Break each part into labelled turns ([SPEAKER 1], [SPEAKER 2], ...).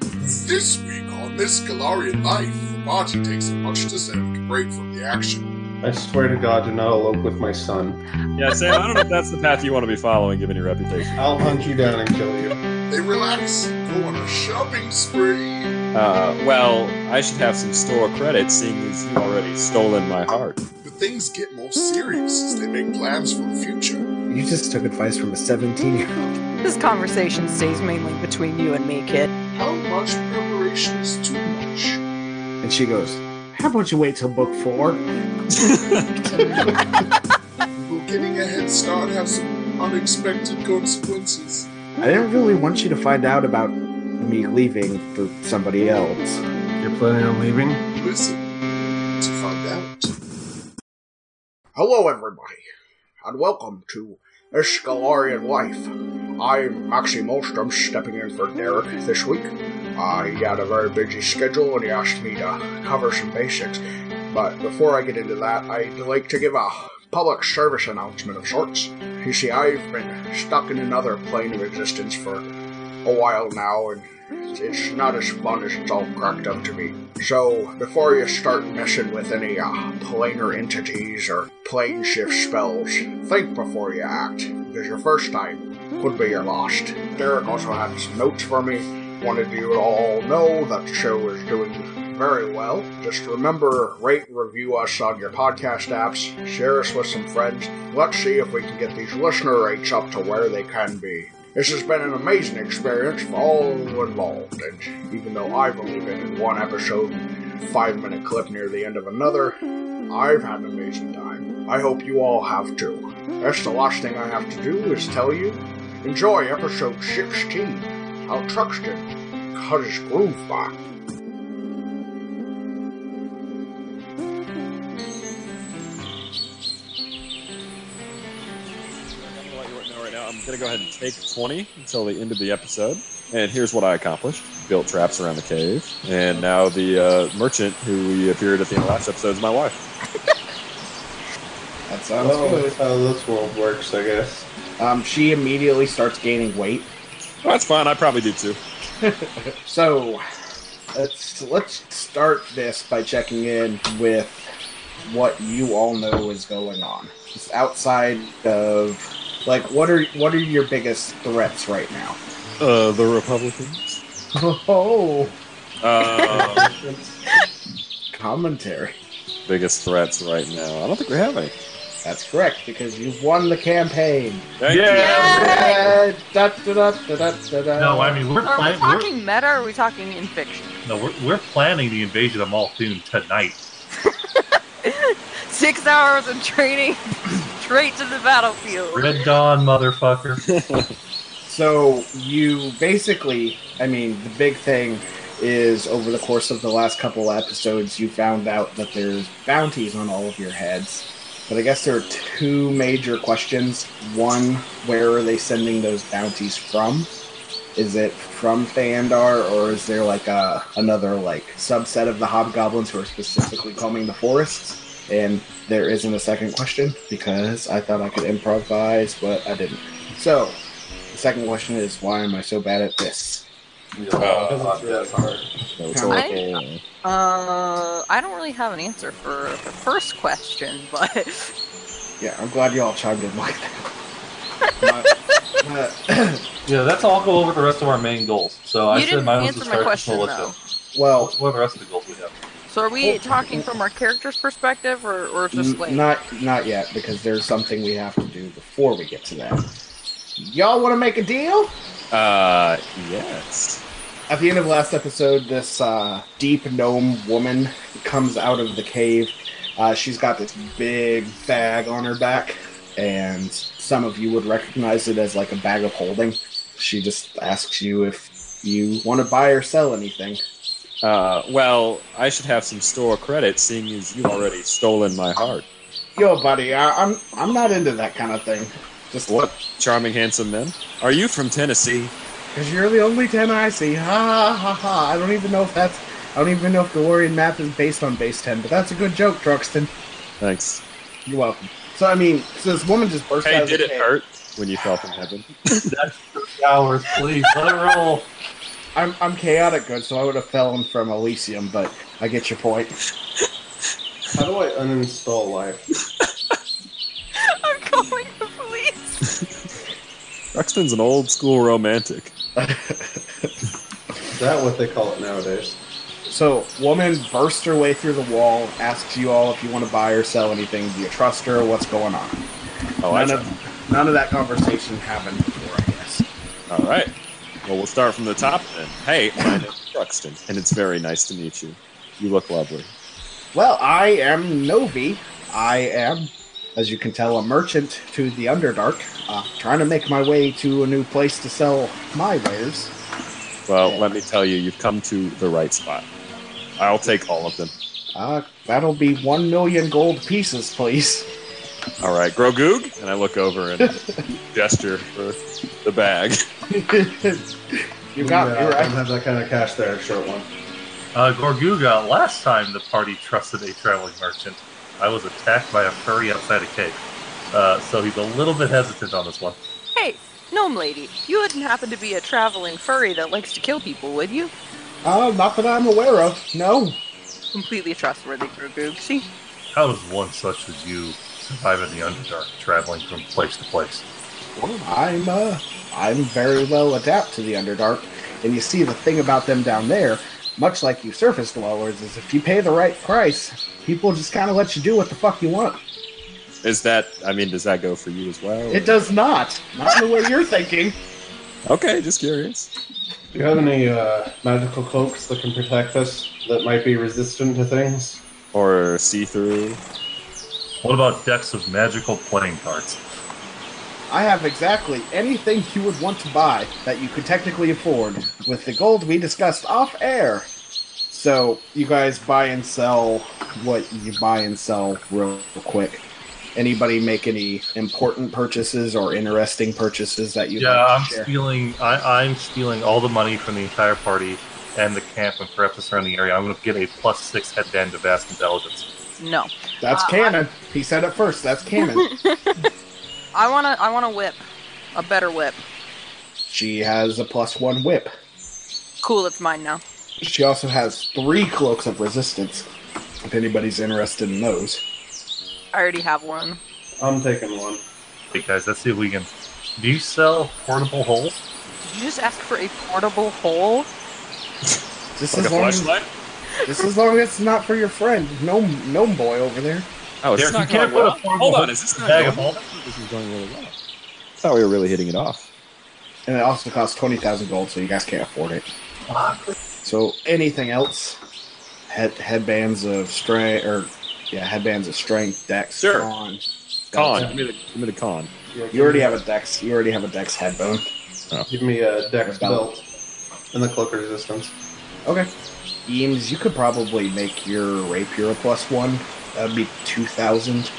[SPEAKER 1] This week on This Galarian Life, Fumaji takes a much deserved break from the action.
[SPEAKER 2] I swear to God, do not elope with my son.
[SPEAKER 3] Yeah, Sam, I don't know if that's the path you want to be following given your reputation.
[SPEAKER 2] I'll hunt you down and kill you.
[SPEAKER 1] They relax, go on a shopping spree.
[SPEAKER 3] Uh, well, I should have some store credit seeing as you've already stolen my heart.
[SPEAKER 1] But things get more serious as they make plans for the future.
[SPEAKER 4] You just took advice from a 17 year old.
[SPEAKER 5] This conversation stays mainly between you and me, kid.
[SPEAKER 1] How much preparation is too much?
[SPEAKER 4] And she goes, How about you wait till book four?
[SPEAKER 1] Will getting a head start have some unexpected consequences?
[SPEAKER 4] I didn't really want you to find out about me leaving for somebody else.
[SPEAKER 6] You're planning on leaving?
[SPEAKER 1] Listen to find out. Hello, everybody, and welcome to This Galarian Life. I'm Maxi Molstrom, stepping in for Derek this week. Uh, he had a very busy schedule and he asked me to cover some basics. But before I get into that, I'd like to give a public service announcement of sorts. You see, I've been stuck in another plane of existence for a while now, and it's- it's not as fun as it's all cracked up to be. So, before you start messing with any uh, planar entities or plane shift spells, think before you act, because your first time could be your last. Derek also had some notes for me. Wanted you to all know that the show is doing very well. Just remember, rate, review us on your podcast apps, share us with some friends. Let's see if we can get these listener rates up to where they can be. This has been an amazing experience for all involved, and even though I've only been in one episode, five minute clip near the end of another, I've had an amazing time. I hope you all have too. That's the last thing I have to do is tell you enjoy episode 16 How Truxton Cut His Groove Back.
[SPEAKER 3] I'm gonna let you know right now, I'm going to go ahead and take 20 until the end of the episode. And here's what I accomplished built traps around the cave. And now the uh, merchant who we appeared at the end of last episode is my wife.
[SPEAKER 4] That sounds
[SPEAKER 2] Oh, that's how this world works, I guess.
[SPEAKER 4] good. Um, she immediately starts gaining weight.
[SPEAKER 3] Oh, that's fine. I probably do too.
[SPEAKER 4] So let's let's start this by checking in with what you all know is going on. Just outside of like what are what are your biggest threats right now?
[SPEAKER 3] Uh, the Republicans.
[SPEAKER 4] Oh
[SPEAKER 3] Uh,
[SPEAKER 4] commentary.
[SPEAKER 3] biggest threats right now. I don't think we have any.
[SPEAKER 4] That's correct, because you've won the campaign.
[SPEAKER 3] Thank
[SPEAKER 5] Yeah.
[SPEAKER 4] Yeah, da, da, da, da, da, da, da.
[SPEAKER 6] No, I mean we're
[SPEAKER 5] Are we
[SPEAKER 6] planning. We're,
[SPEAKER 5] talking meta or are we talking in fiction?
[SPEAKER 6] no, we're, we're planning the invasion of Malthoon tonight.
[SPEAKER 5] Six hours of training straight to the battlefield.
[SPEAKER 6] Red Dawn, motherfucker.
[SPEAKER 4] So you basically, I mean, the big thing is over the course of the last couple episodes, you found out that there's bounties on all of your heads. But I guess there are two major questions. One, where are they sending those bounties from? Is it from Thandar, or is there like a another like subset of the hobgoblins who are specifically combing the forests? And there isn't a second question because I thought I could improvise, but I didn't. So the second question is why am I so bad at this?
[SPEAKER 3] Uh,
[SPEAKER 2] that's hard.
[SPEAKER 3] no, it's
[SPEAKER 5] I-
[SPEAKER 3] Oracle.
[SPEAKER 5] Uh, I don't really have an answer for the first question, but
[SPEAKER 4] Yeah, I'm glad y'all chimed in like that. My- uh,
[SPEAKER 6] yeah, that's all go over the rest of our main goals. So I
[SPEAKER 5] you
[SPEAKER 6] said
[SPEAKER 5] didn't
[SPEAKER 6] mine was to
[SPEAKER 5] answer my
[SPEAKER 6] start
[SPEAKER 5] question
[SPEAKER 6] control
[SPEAKER 5] though.
[SPEAKER 4] well,
[SPEAKER 6] Oh, What, what are the rest of the goals we have?
[SPEAKER 5] So are we talking from our character's perspective, or, or just
[SPEAKER 4] n-
[SPEAKER 5] like
[SPEAKER 4] not not yet because there's something we have to do before we get to that. Y'all want to make a deal?
[SPEAKER 3] Uh, yes.
[SPEAKER 4] At the end of last episode, this uh, deep gnome woman comes out of the cave. Uh, she's got this big bag on her back, and some of you would recognize it as like a bag of holding. She just asks you if you want to buy or sell anything.
[SPEAKER 3] Uh, well, I should have some store credit, seeing as you've already stolen my heart.
[SPEAKER 4] Yo, buddy, I, I'm I'm not into that kind of thing. Just
[SPEAKER 3] What charming, handsome men? Are you from Tennessee?
[SPEAKER 4] Because you're the only ten I see. Ha ha ha! I don't even know if that's. I don't even know if the Lorian map is based on base ten, but that's a good joke, Truxton.
[SPEAKER 3] Thanks.
[SPEAKER 4] You're welcome. So I mean, so this woman just burst out
[SPEAKER 3] Hey,
[SPEAKER 4] of
[SPEAKER 3] did
[SPEAKER 4] the
[SPEAKER 3] it
[SPEAKER 4] cave.
[SPEAKER 3] hurt when you fell from heaven?
[SPEAKER 6] Hours, please. Let it roll.
[SPEAKER 4] I'm I'm chaotic good, so I would have fallen from Elysium, but I get your point.
[SPEAKER 2] How do I uninstall life?
[SPEAKER 5] I'm calling the police.
[SPEAKER 3] Rexton's an old school romantic.
[SPEAKER 2] Is that what they call it nowadays?
[SPEAKER 4] So, woman bursts her way through the wall, asks you all if you want to buy or sell anything. Do you trust her? What's going on?
[SPEAKER 3] Oh, I
[SPEAKER 4] none of none of that conversation happened before, I guess.
[SPEAKER 3] All right. Well, we'll start from the top then. Hey, my name's Rexton, and it's very nice to meet you. You look lovely.
[SPEAKER 4] Well, I am Novi. I am, as you can tell, a merchant to the Underdark, uh, trying to make my way to a new place to sell my wares.
[SPEAKER 3] Well,
[SPEAKER 4] Yeah.
[SPEAKER 3] let me tell you, you've come to the right spot. I'll take all of them.
[SPEAKER 4] Uh, that'll be one million gold pieces, please.
[SPEAKER 3] All right, Grogoog, and I look over and gesture for the bag.
[SPEAKER 4] You got
[SPEAKER 2] No,
[SPEAKER 4] me
[SPEAKER 2] I
[SPEAKER 4] right.
[SPEAKER 2] don't have that kind of cash there, short one.
[SPEAKER 6] Uh, Gorguga, last time the party trusted a traveling merchant, I was attacked by a furry outside a cave. Uh, so he's a little bit hesitant on this one.
[SPEAKER 5] Hey, gnome lady, you wouldn't happen to be a traveling furry that likes to kill people, would you?
[SPEAKER 4] Uh, not that I'm aware of. No.
[SPEAKER 5] Completely trustworthy, Grogoog. See?
[SPEAKER 6] How does one such as you survive in the Underdark, traveling from place to place?
[SPEAKER 4] I'm uh, I'm very well adapt to the Underdark, and you see the thing about them down there, much like you surface dwellers, is if you pay the right price, people just kind of let you do what the fuck you want.
[SPEAKER 3] Is that, I mean, does that go for you as well?
[SPEAKER 4] It does not, not in the way you're thinking.
[SPEAKER 3] Okay, just curious.
[SPEAKER 2] Do you have any uh, magical cloaks that can protect us that might be resistant to things?
[SPEAKER 3] Or see through.
[SPEAKER 6] What about decks of magical playing cards?
[SPEAKER 4] I have exactly anything you would want to buy that you could technically afford with the gold we discussed off air. So you guys buy and sell what you buy and sell real quick. Anybody make any important purchases or interesting purchases that you?
[SPEAKER 6] yeah, I'm
[SPEAKER 4] like to share?
[SPEAKER 6] stealing. I, I'm stealing all the money from the entire party and the camp and perhaps the surrounding area. I'm going to get a plus six headband of vast intelligence.
[SPEAKER 5] No.
[SPEAKER 4] That's
[SPEAKER 5] Uh,
[SPEAKER 4] canon. He said it first. That's canon.
[SPEAKER 5] I wanna I wanna whip. A better whip.
[SPEAKER 4] she has a plus one whip.
[SPEAKER 5] Cool, it's mine now.
[SPEAKER 4] She also has three cloaks of resistance. If anybody's interested in those.
[SPEAKER 5] I already have one.
[SPEAKER 2] I'm taking one.
[SPEAKER 6] Hey guys, let's see if we can. Do you sell portable holes?
[SPEAKER 5] Did you just ask for a portable hole?
[SPEAKER 4] Just
[SPEAKER 3] Like a
[SPEAKER 4] as long as
[SPEAKER 3] flashlight?
[SPEAKER 4] Just as long as it's not for your friend, gnome, gnome boy over there.
[SPEAKER 3] Oh, is
[SPEAKER 6] Derek,
[SPEAKER 3] this not
[SPEAKER 6] you
[SPEAKER 3] going
[SPEAKER 6] can't put a
[SPEAKER 3] well?
[SPEAKER 6] formal
[SPEAKER 3] Hold on, is this not
[SPEAKER 6] bag
[SPEAKER 3] going
[SPEAKER 6] of
[SPEAKER 3] well?
[SPEAKER 6] holes?
[SPEAKER 3] This is going really well. I thought we were really hitting it off.
[SPEAKER 4] And it also costs 20,000 gold, so you guys can't afford it. So anything else? Head, headbands of strength, or yeah, headbands of strength, dex,
[SPEAKER 3] Sure.
[SPEAKER 4] con.
[SPEAKER 3] Con, give me the, give me the con.
[SPEAKER 2] Yeah,
[SPEAKER 4] You already have a dex. You already have a dex headbone.
[SPEAKER 2] Give me a dex
[SPEAKER 4] Belt.
[SPEAKER 2] belt and the cloak of resistance.
[SPEAKER 4] Okay. Eames, you could probably make your rapier a plus one. That'd be 2,000.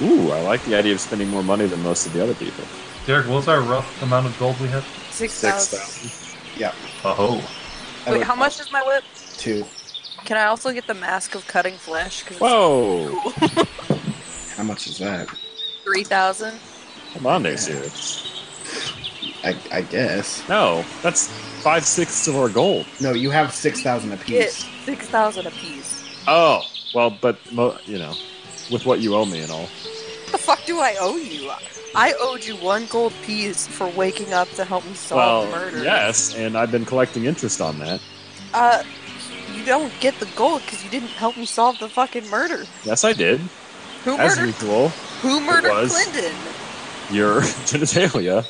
[SPEAKER 3] Ooh, I like the idea of spending more money than most of the other people.
[SPEAKER 6] Derek, what was our rough amount of gold we had?
[SPEAKER 5] Six
[SPEAKER 6] Oh,
[SPEAKER 4] I
[SPEAKER 5] Wait,
[SPEAKER 4] would-
[SPEAKER 5] how much is my whip?
[SPEAKER 4] Two.
[SPEAKER 5] Can I also get the mask of cutting flesh? 'Cause it's
[SPEAKER 3] Whoa!
[SPEAKER 4] How much is that?
[SPEAKER 5] 3,000.
[SPEAKER 3] Come on there, Sirius.
[SPEAKER 4] I, I guess.
[SPEAKER 3] No, that's five sixths of our gold.
[SPEAKER 4] No, you have 6,000
[SPEAKER 5] Get
[SPEAKER 4] apiece.
[SPEAKER 5] 6,000 apiece.
[SPEAKER 3] Oh, well, but mo- you know, with what you owe me and all.
[SPEAKER 5] What the fuck do I owe you? I owed you one gold piece for waking up to help me solve
[SPEAKER 3] Well,
[SPEAKER 5] murder.
[SPEAKER 3] yes, and I've been collecting interest on that.
[SPEAKER 5] Uh, you don't get the gold because you didn't help me solve the fucking murder.
[SPEAKER 3] Yes, I did.
[SPEAKER 5] Who
[SPEAKER 3] As
[SPEAKER 5] murdered?
[SPEAKER 3] usual,
[SPEAKER 5] Who murdered
[SPEAKER 3] was.
[SPEAKER 5] Clinton?
[SPEAKER 3] your genitalia.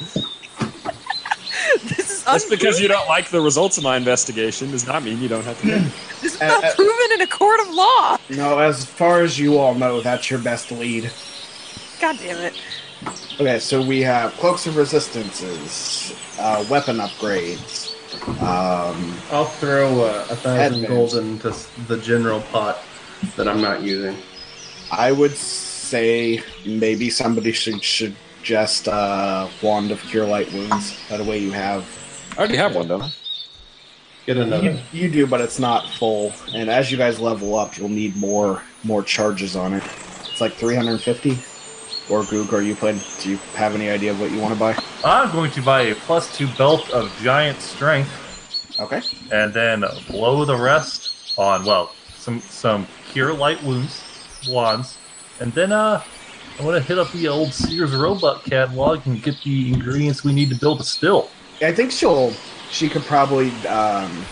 [SPEAKER 5] This is
[SPEAKER 3] Just because
[SPEAKER 5] unproven.
[SPEAKER 3] you don't like the results of my investigation does not mean you don't have to. Pay.
[SPEAKER 5] This is
[SPEAKER 4] Uh,
[SPEAKER 5] not
[SPEAKER 4] uh,
[SPEAKER 5] proven in a court of law.
[SPEAKER 4] No, as far as you all know, that's your best lead.
[SPEAKER 5] God damn it.
[SPEAKER 4] Okay, so we have cloaks of resistances, uh, weapon upgrades. Um,
[SPEAKER 2] I'll throw uh, a thousand
[SPEAKER 4] Headband.
[SPEAKER 2] gold into s- the general pot that I'm not using.
[SPEAKER 4] I would say maybe somebody should suggest uh, wand of cure light wounds. That way you have
[SPEAKER 3] I already have one, don't I?
[SPEAKER 2] Get another.
[SPEAKER 4] you, you do, but it's not full. And as you guys level up, you'll need more more charges on it. It's like 350. Or Goog, are you playing? Do you have any idea of what you want to buy?
[SPEAKER 6] I'm going to buy a plus two belt of giant strength
[SPEAKER 4] Okay.
[SPEAKER 6] and then blow the rest on well some some pure light wounds wands and then uh i want to hit up the old sears robot catalog and get the ingredients we need to build a still
[SPEAKER 4] I think she'll she could probably um,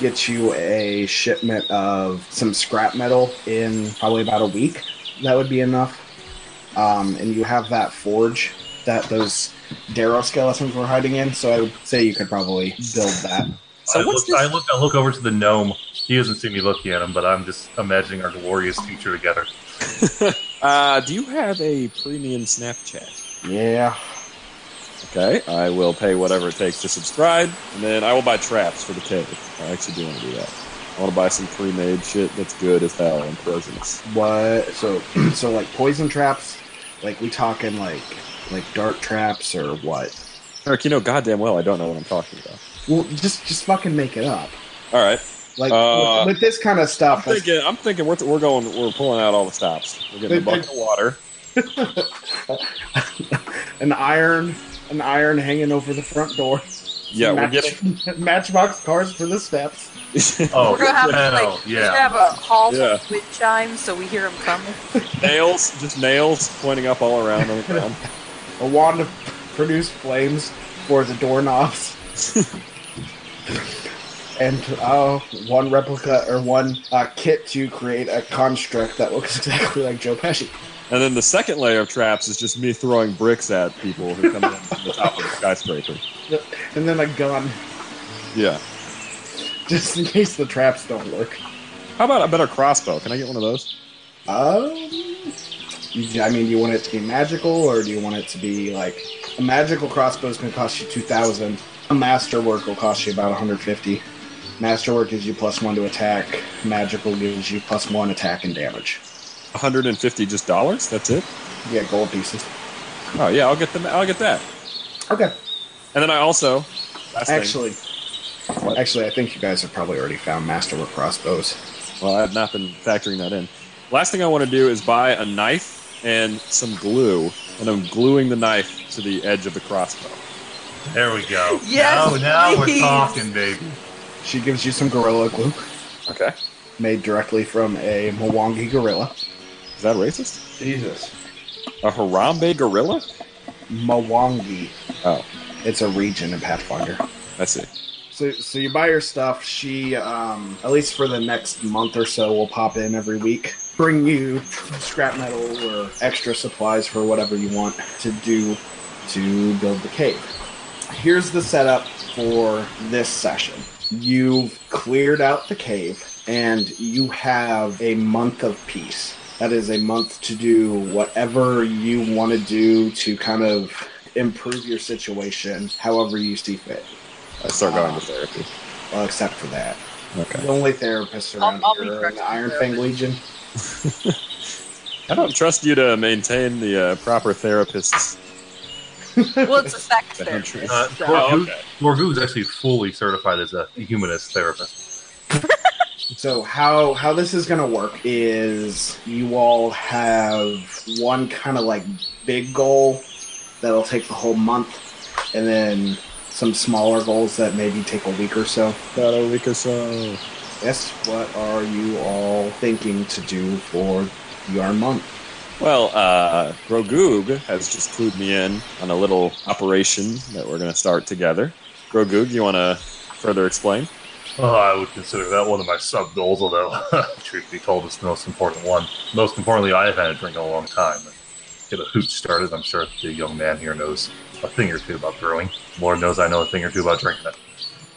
[SPEAKER 4] get you a shipment of some scrap metal in probably about a week. That would be enough. Um, and you have that forge that those Darrow skeletons were hiding in, so I would say you could probably build that.
[SPEAKER 5] So
[SPEAKER 6] I,
[SPEAKER 5] what's
[SPEAKER 6] look,
[SPEAKER 5] this?
[SPEAKER 6] I look i look over to the gnome he doesn't see me looking at him but i'm just imagining our glorious future together
[SPEAKER 3] Uh, do you have a premium Snapchat?
[SPEAKER 4] Yeah.
[SPEAKER 3] Okay, I will pay whatever it takes to subscribe, and then I will buy traps for the cave. I actually do want to do that. I want to buy some pre-made shit that's good as hell and poisonous.
[SPEAKER 4] What? So so like poison traps? Like we talking like like dark traps or what?
[SPEAKER 3] Eric, you know goddamn well I don't know what I'm talking about.
[SPEAKER 4] Well, just just fucking make it up.
[SPEAKER 3] All right,
[SPEAKER 4] Like
[SPEAKER 3] Uh,
[SPEAKER 4] with, with this kind
[SPEAKER 3] I'm
[SPEAKER 4] of stuff. that's-
[SPEAKER 3] thinking. I'm thinking we're, we're going. We're pulling out all the stops. We're getting a bucket of water.
[SPEAKER 4] an iron an iron hanging over the front door.
[SPEAKER 3] Yeah, we're getting.
[SPEAKER 4] Match- matchbox cars for the steps.
[SPEAKER 6] oh
[SPEAKER 5] We're gonna have to
[SPEAKER 6] hell,
[SPEAKER 5] like
[SPEAKER 6] yeah
[SPEAKER 5] have a hall
[SPEAKER 3] Yeah.
[SPEAKER 5] of wind chimes so we hear them coming.
[SPEAKER 3] nails, just nails pointing up all around on the ground.
[SPEAKER 4] A wand of produced flames for the doorknobs. And uh, one replica or one uh, kit to create a construct that looks exactly like Joe Pesci.
[SPEAKER 3] And then the second layer of traps is just me throwing bricks at people who come in from the top of the skyscraper.
[SPEAKER 4] And then a gun,
[SPEAKER 3] Yeah.
[SPEAKER 4] just in case the traps don't work.
[SPEAKER 3] How about a better crossbow? Can I get one of those?
[SPEAKER 4] Um, you- I mean, do you want it to be magical, or do you want it to be like a magical crossbow is going to cost you two thousand? A masterwork will cost you about one hundred fifty. Masterwork gives you plus one to attack. Magical gives you plus one attack and damage.
[SPEAKER 3] 150 just dollars? That's it?
[SPEAKER 4] Yeah, gold pieces.
[SPEAKER 3] Oh yeah, I'll get them. I'll get that.
[SPEAKER 4] Okay.
[SPEAKER 3] And then I also last thing-
[SPEAKER 4] Actually, actually, I think you guys have probably already found masterwork crossbows.
[SPEAKER 3] well, I've not been factoring that in. Last thing I want to do is buy a knife and some glue, and I'm gluing the knife to the edge of the crossbow.
[SPEAKER 6] there we go
[SPEAKER 5] Yes,
[SPEAKER 6] now, now we're
[SPEAKER 5] please.
[SPEAKER 6] talking baby
[SPEAKER 4] She gives you some gorilla glue
[SPEAKER 3] Okay.
[SPEAKER 4] made directly from a Mwangi gorilla.
[SPEAKER 3] Is that racist?
[SPEAKER 2] Jesus.
[SPEAKER 3] A Harambe gorilla?
[SPEAKER 4] Mwangi.
[SPEAKER 3] Oh,
[SPEAKER 4] It's a region in Pathfinder.
[SPEAKER 3] I see.
[SPEAKER 4] So, so you buy her stuff. She, um, at least for the next month or so, will pop in every week, bring you scrap metal or extra supplies for whatever you want to do to build the cave. Here's the setup for this session. You've cleared out the cave, and you have a month of peace. That is a month to do whatever you want to do to kind of improve your situation, however you see fit
[SPEAKER 3] I start going to therapy.
[SPEAKER 4] well, except for that.
[SPEAKER 3] Okay.
[SPEAKER 4] The only therapists around
[SPEAKER 5] I'll be
[SPEAKER 4] here are in
[SPEAKER 5] corrected.
[SPEAKER 4] the Iron Fang Legion.
[SPEAKER 3] I don't trust you to maintain the uh, proper therapist's
[SPEAKER 5] Well, it's a sex
[SPEAKER 3] The
[SPEAKER 5] therapist.
[SPEAKER 3] henchman.
[SPEAKER 6] uh,
[SPEAKER 5] so-
[SPEAKER 3] Oh,
[SPEAKER 6] Gorgu-
[SPEAKER 3] okay.
[SPEAKER 6] Gorgu's actually fully certified as a humanist therapist
[SPEAKER 4] So how how this is gonna work is you all have one kind of like big goal that'll take the whole month, and then some smaller goals that maybe take a week or so.
[SPEAKER 3] About a week or so.
[SPEAKER 4] Yes, what are you all thinking to do for your month?
[SPEAKER 3] Well, uh, Grogoog has just clued me in on a little operation that we're going to start together. Grogoog, you want to further explain?
[SPEAKER 6] Oh, I would consider that one of my sub goals, although, truth be told, it's the most important one. Most importantly, I haven't had a drink in a long time. Get a hoot started. I'm sure the young man here knows a thing or two about brewing. Lord knows I know a thing or two about drinking it.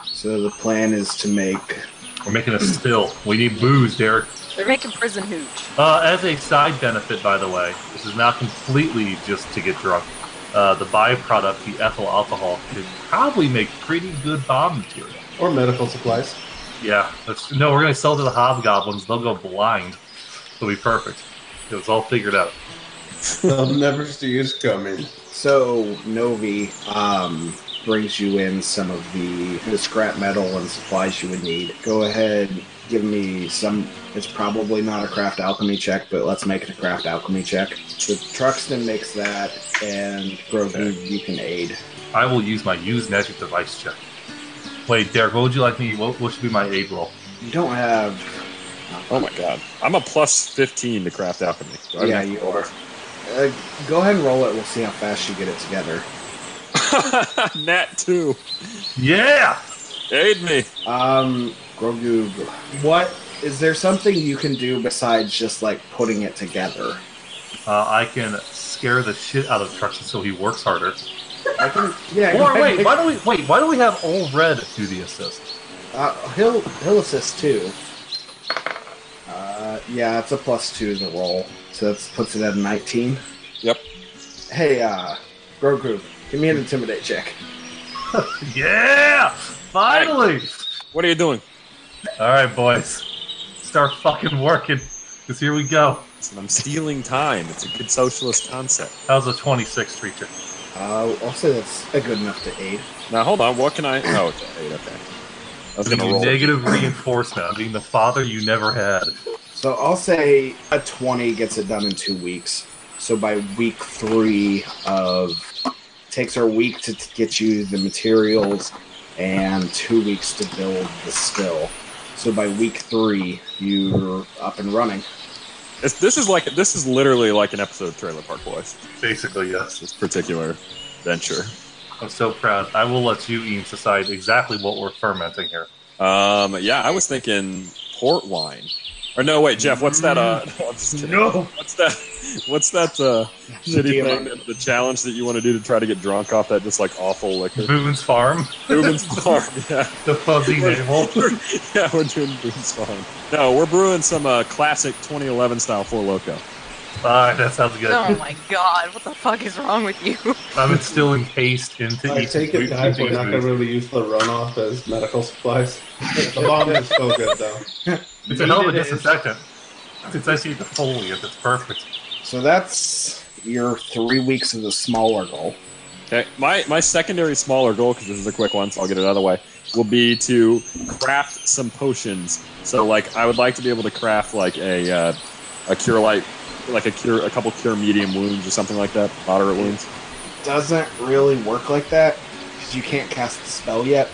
[SPEAKER 4] So the plan is to make
[SPEAKER 6] We're making a still. We need booze, Derek.
[SPEAKER 5] They're making prison hooch.
[SPEAKER 6] Uh, as a side benefit, by the way, this is not completely just to get drunk. Uh, the byproduct, the ethyl alcohol, could probably make pretty good bomb material.
[SPEAKER 2] Or medical supplies.
[SPEAKER 6] Yeah, that's, no, we're gonna sell to the hobgoblins. They'll go blind. It'll be perfect. It was all figured out.
[SPEAKER 2] They'll never see use coming.
[SPEAKER 4] So Novi um, brings you in some of the, the scrap metal and supplies you would need. Go ahead, give me some. It's probably not a craft alchemy check, but let's make it a craft alchemy check. So Truxton makes that, and Grogu, you can aid.
[SPEAKER 6] I will use my use magic device check. Wait, Derek, what would you like me? What, what should be my aid roll?
[SPEAKER 4] You don't have.
[SPEAKER 3] Oh my god. I'm a plus 15 to craft alchemy. Do I have
[SPEAKER 4] oh, yeah,
[SPEAKER 3] an
[SPEAKER 4] you are. Uh, go ahead and roll it. We'll see how fast you get it together.
[SPEAKER 3] extra- Nat 2.
[SPEAKER 6] Yeah.
[SPEAKER 3] Aid me.
[SPEAKER 4] Um, Grogu, what is there something you can do besides just like putting it together?
[SPEAKER 6] Uh, I can scare the shit out of Truxton so he works harder.
[SPEAKER 4] I can, yeah. go
[SPEAKER 6] Or
[SPEAKER 4] ahead and
[SPEAKER 6] wait,
[SPEAKER 4] pick-
[SPEAKER 6] why don't we wait? Why don't we have all red do the assist?
[SPEAKER 4] Uh, he'll he'll assist too. Uh, yeah, it's a plus two to roll, so that puts it at a nineteen.
[SPEAKER 3] Yep.
[SPEAKER 4] Hey, uh, Grogu, give me an intimidate check.
[SPEAKER 6] Yeah! Finally!
[SPEAKER 3] What are you doing?
[SPEAKER 6] All right, boys, start fucking working. Cause here we go.
[SPEAKER 3] I'm stealing time. It's a good socialist concept.
[SPEAKER 6] How's a 26 creature?
[SPEAKER 4] Uh, I'll say that's a good enough to aid.
[SPEAKER 3] Now hold on. What can I? Oh, it's an eight. Okay. I was gonna
[SPEAKER 6] I'm giving you
[SPEAKER 3] roll.
[SPEAKER 6] negative reinforcement. I'm being the father you never had.
[SPEAKER 4] So I'll say a 20 gets it done in two weeks. So by week three of takes our week to t- get you the materials and two weeks to build the still. So by week three, you're up and running.
[SPEAKER 3] It's, this is like this is literally like an episode of Trailer Park Boys.
[SPEAKER 6] Basically, yes.
[SPEAKER 3] This particular venture.
[SPEAKER 6] I'm so proud. I will let you, Eames, decide exactly what we're fermenting here.
[SPEAKER 3] Um, yeah, I was thinking port wine. Or no, wait, Jeff. What's that? Uh, no, I'm just kidding.
[SPEAKER 6] No!
[SPEAKER 3] What's that? What's that uh, shitty
[SPEAKER 4] Deal.
[SPEAKER 3] thing? that- The challenge that you want to do to try to get drunk off that just like awful liquor.
[SPEAKER 6] Boone's Farm,
[SPEAKER 3] Boobin's Farm. Yeah.
[SPEAKER 6] the fuzzy navel.
[SPEAKER 3] We're- yeah, we're doing Boone's Farm. No, we're brewing some uh, classic 2011 style Four Loco.
[SPEAKER 6] Alright, that sounds good.
[SPEAKER 5] Oh my god, what the fuck is wrong with you?
[SPEAKER 6] I'm instilling haste into
[SPEAKER 2] I
[SPEAKER 6] each
[SPEAKER 2] take it that we're not going to really use the runoff as medical supplies. The bomb is so good, though.
[SPEAKER 6] It's a hell of a
[SPEAKER 4] Needed is-
[SPEAKER 6] disinfectant. Since I see the foliage, it's perfect.
[SPEAKER 4] So that's your three weeks of the smaller goal.
[SPEAKER 3] Okay, my my secondary smaller goal because this is a quick one, so I'll get it out of the way. Will be to craft some potions. So like, I would like to be able to craft like a uh, a cure light, like a cure, a couple cure medium wounds or something like that, moderate wounds.
[SPEAKER 4] Doesn't really work like that because you can't cast the spell yet.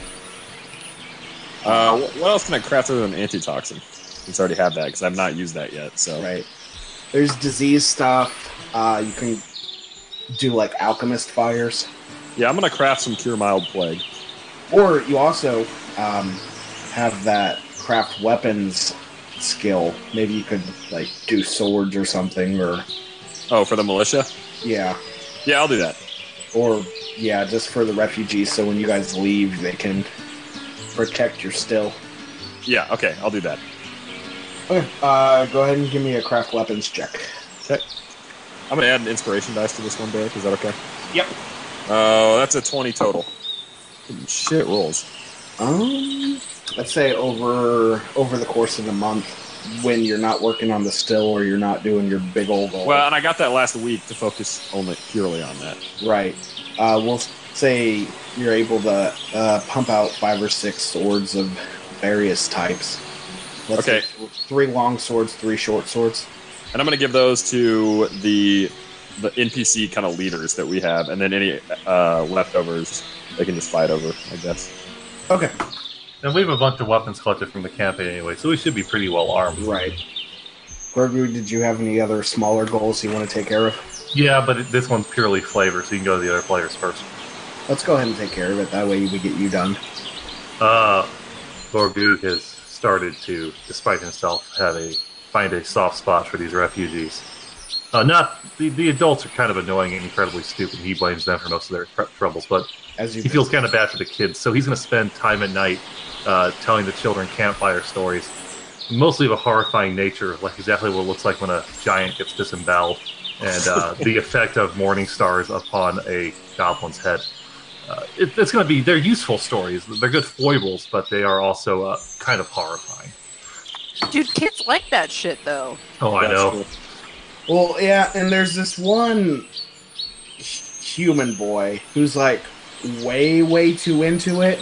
[SPEAKER 3] Uh, wh- what else can I craft other than antitoxin? Since I already have that because I've not used that yet. So
[SPEAKER 4] Right. There's disease stuff. Uh, you can do like alchemist fires,
[SPEAKER 3] yeah, I'm gonna craft some cure mild plague.
[SPEAKER 4] or you also um, have that craft weapons skill. Maybe you could like do swords or something, or
[SPEAKER 3] Oh, for the militia?
[SPEAKER 4] yeah,
[SPEAKER 3] Yeah, I'll do that.
[SPEAKER 4] or yeah, just for the refugees. So when you guys leave, they can protect your still.
[SPEAKER 3] Yeah, okay, I'll do that.
[SPEAKER 4] Okay. Uh, go ahead and give me a craft weapons check.
[SPEAKER 3] I'm gonna add an inspiration dice to this one, Derek. Is that okay?
[SPEAKER 4] Yep.
[SPEAKER 3] Oh, that's a 20 total. Shit rolls.
[SPEAKER 4] Um, let's say over over the course of the month, when you're not working on the still or you're not doing your big old goal,
[SPEAKER 3] Well, and I got that last week to focus only purely on that.
[SPEAKER 4] right? Uh, we'll say you're able to uh, pump out five or six swords of various types. Let's
[SPEAKER 3] Okay.
[SPEAKER 4] say th- three long swords, three short swords.
[SPEAKER 3] And I'm going to give those to the the NPC kind of leaders that we have, and then any uh, leftovers they can just fight over, I guess.
[SPEAKER 4] Okay,
[SPEAKER 6] And we have a bunch of weapons collected from the campaign anyway, so we should be pretty well armed.
[SPEAKER 4] right. Grogu, did you have any other smaller goals you want to take care of?
[SPEAKER 6] Yeah, but it, this one's purely flavor, so you can go to the other players first.
[SPEAKER 4] Let's go ahead and take care of it. That way we get you done.
[SPEAKER 6] Uh, Gorgug has started to, despite himself, have a find a soft spot for these refugees. Uh, not the, the adults are kind of annoying and incredibly stupid. He blames them for most of their tr- troubles, but
[SPEAKER 4] As you
[SPEAKER 6] he feels kind of bad for the kids, so he's going to spend time at night uh, telling the children campfire stories, mostly of a horrifying nature, like exactly what it looks like when a giant gets disemboweled, and uh, the effect of morning stars upon a goblin's head. Uh, it, it's going to be they're useful stories. They're good foibles, but they are also uh, kind of horrifying.
[SPEAKER 5] Dude, kids like that shit though.
[SPEAKER 6] Oh, I
[SPEAKER 3] That's
[SPEAKER 6] know.
[SPEAKER 3] cool.
[SPEAKER 4] Well, yeah, and there's this one h- human boy who's like way, way too into it.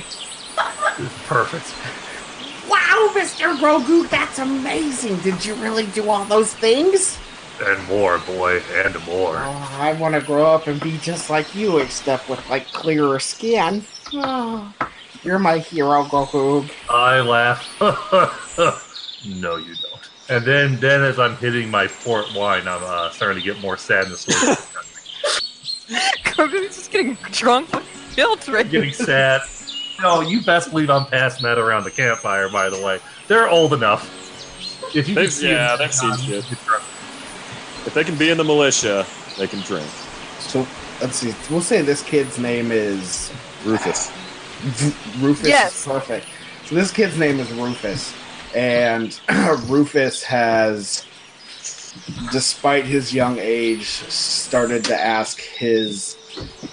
[SPEAKER 6] Perfect.
[SPEAKER 7] Wow, Mr. Grogu, that's amazing. Did you really do all those things?
[SPEAKER 6] And more, boy, and more.
[SPEAKER 7] Oh, I want to grow up and be just like you, except with like clearer skin. Oh, You're my hero, Goku.
[SPEAKER 6] I laugh. no, you don't. And then, then as I'm hitting my port wine, I'm uh, starting to get more sadness.
[SPEAKER 5] Grogu's just getting drunk with guilt right
[SPEAKER 6] I'm getting sad. No, you best believe I'm passing that around the campfire. By the way, they're old enough. If you
[SPEAKER 3] They've-
[SPEAKER 6] can see
[SPEAKER 3] yeah,
[SPEAKER 6] them,
[SPEAKER 3] they've seen
[SPEAKER 6] um,
[SPEAKER 3] shit. If they can be in the militia, they can drink.
[SPEAKER 4] So let's see. We'll say this kid's name is
[SPEAKER 3] Rufus.
[SPEAKER 4] Rufus.
[SPEAKER 5] Yes.
[SPEAKER 4] Is perfect. So this kid's name is Rufus, and Rufus has, despite his young age, started to ask his,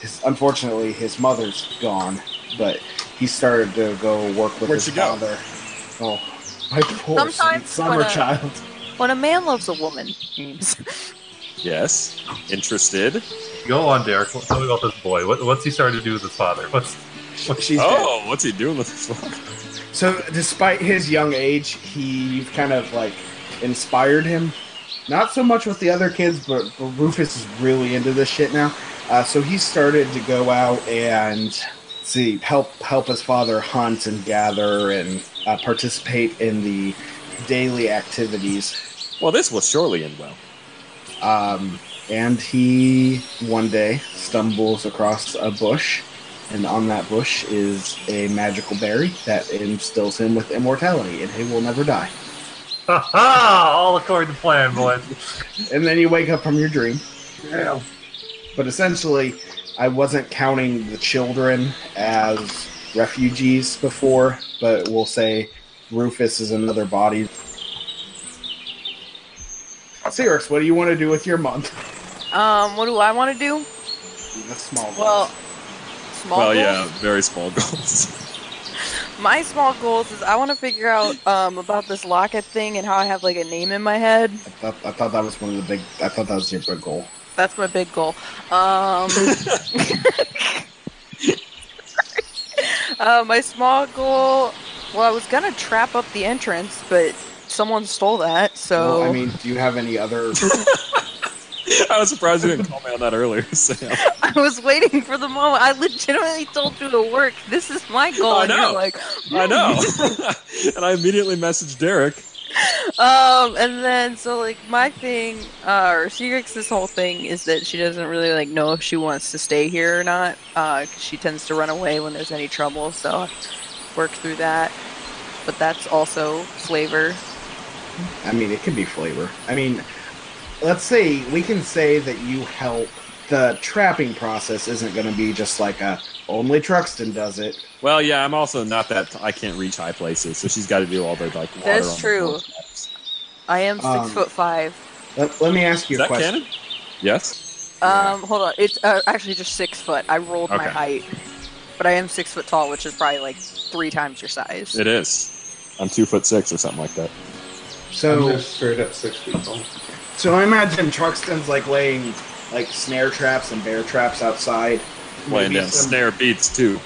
[SPEAKER 4] his. Unfortunately, his mother's gone, but he started to go work with
[SPEAKER 3] Where'd
[SPEAKER 4] his
[SPEAKER 3] she go?
[SPEAKER 4] father. Oh, my poor sweet
[SPEAKER 5] Sometimes
[SPEAKER 4] summer
[SPEAKER 5] when a-
[SPEAKER 4] child.
[SPEAKER 5] When a man loves a woman, memes.
[SPEAKER 3] Yes. Interested.
[SPEAKER 6] Go on, Derek. Tell me about this boy. What, what's he starting to do with his father? What's
[SPEAKER 4] She's dead.
[SPEAKER 3] Oh, what's he doing with his father?
[SPEAKER 4] So, despite his young age, he kind of like inspired him. Not so much with the other kids, but, but Rufus is really into this shit now. Uh, so he started to go out and let's see help help his father hunt and gather and uh, participate in the daily activities.
[SPEAKER 3] Well, this will surely end well.
[SPEAKER 4] Um, and he one day stumbles across a bush, and on that bush is a magical berry that instills him with immortality, and he will never die.
[SPEAKER 6] ha ha! All according to plan, boys.
[SPEAKER 4] and then you wake up from your dream. But essentially, I wasn't counting the children as refugees before, but we'll say Rufus is another body. Cyrus, what do you want to do with your month?
[SPEAKER 5] Um, what do I want to do?
[SPEAKER 4] The small ones.
[SPEAKER 5] Well, small
[SPEAKER 3] well,
[SPEAKER 5] goals.
[SPEAKER 3] yeah, very small goals.
[SPEAKER 5] My small goals is I want to figure out um about this locket thing and how I have like a name in my head.
[SPEAKER 4] I thought, I thought that was one of the big. I thought that was your big goal.
[SPEAKER 5] That's my big goal. Um, uh, my small goal. Well, I was gonna trap up the entrance, but someone stole that. So
[SPEAKER 4] Well, I mean, do you have any other?
[SPEAKER 3] I was surprised you didn't call me on that earlier, Sam.
[SPEAKER 5] I was waiting for the moment. I legitimately told you to work. This is my goal.
[SPEAKER 4] Oh,
[SPEAKER 3] I
[SPEAKER 5] and you're
[SPEAKER 3] know.
[SPEAKER 5] like,
[SPEAKER 3] I know. and I immediately messaged Derek.
[SPEAKER 5] um, and then so like my thing, uh, or Sheerix's whole thing is that she doesn't really like know if she wants to stay here or not. Uh, 'cause she tends to run away when there's any trouble. So work through that. But that's also flavor.
[SPEAKER 4] I mean, it could be flavor. I mean, let's say we can say that you help. The trapping process isn't going to be just like a only Truxton does it.
[SPEAKER 3] Well, yeah, I'm also not that. I can't reach high places, so she's got to do all the like. Water
[SPEAKER 5] That's
[SPEAKER 3] on the
[SPEAKER 5] true.
[SPEAKER 3] floor traps.
[SPEAKER 5] I am six
[SPEAKER 4] Um,
[SPEAKER 5] foot five.
[SPEAKER 4] Let, let me ask you
[SPEAKER 3] Is
[SPEAKER 4] a
[SPEAKER 3] that
[SPEAKER 4] question.
[SPEAKER 3] canon? Yes.
[SPEAKER 4] Yeah.
[SPEAKER 5] Um, hold on. It's uh, actually just six foot. I rolled my
[SPEAKER 3] Okay.
[SPEAKER 5] height, but I am six foot tall, which is probably like three times your size.
[SPEAKER 3] It is. I'm two foot six or something like that.
[SPEAKER 2] I'm
[SPEAKER 4] So,
[SPEAKER 2] just straight up six feet tall.
[SPEAKER 4] so I imagine Truxton's like laying like snare traps and bear traps outside.
[SPEAKER 3] Laying
[SPEAKER 4] Maybe
[SPEAKER 3] down
[SPEAKER 4] some-
[SPEAKER 3] snare beats too.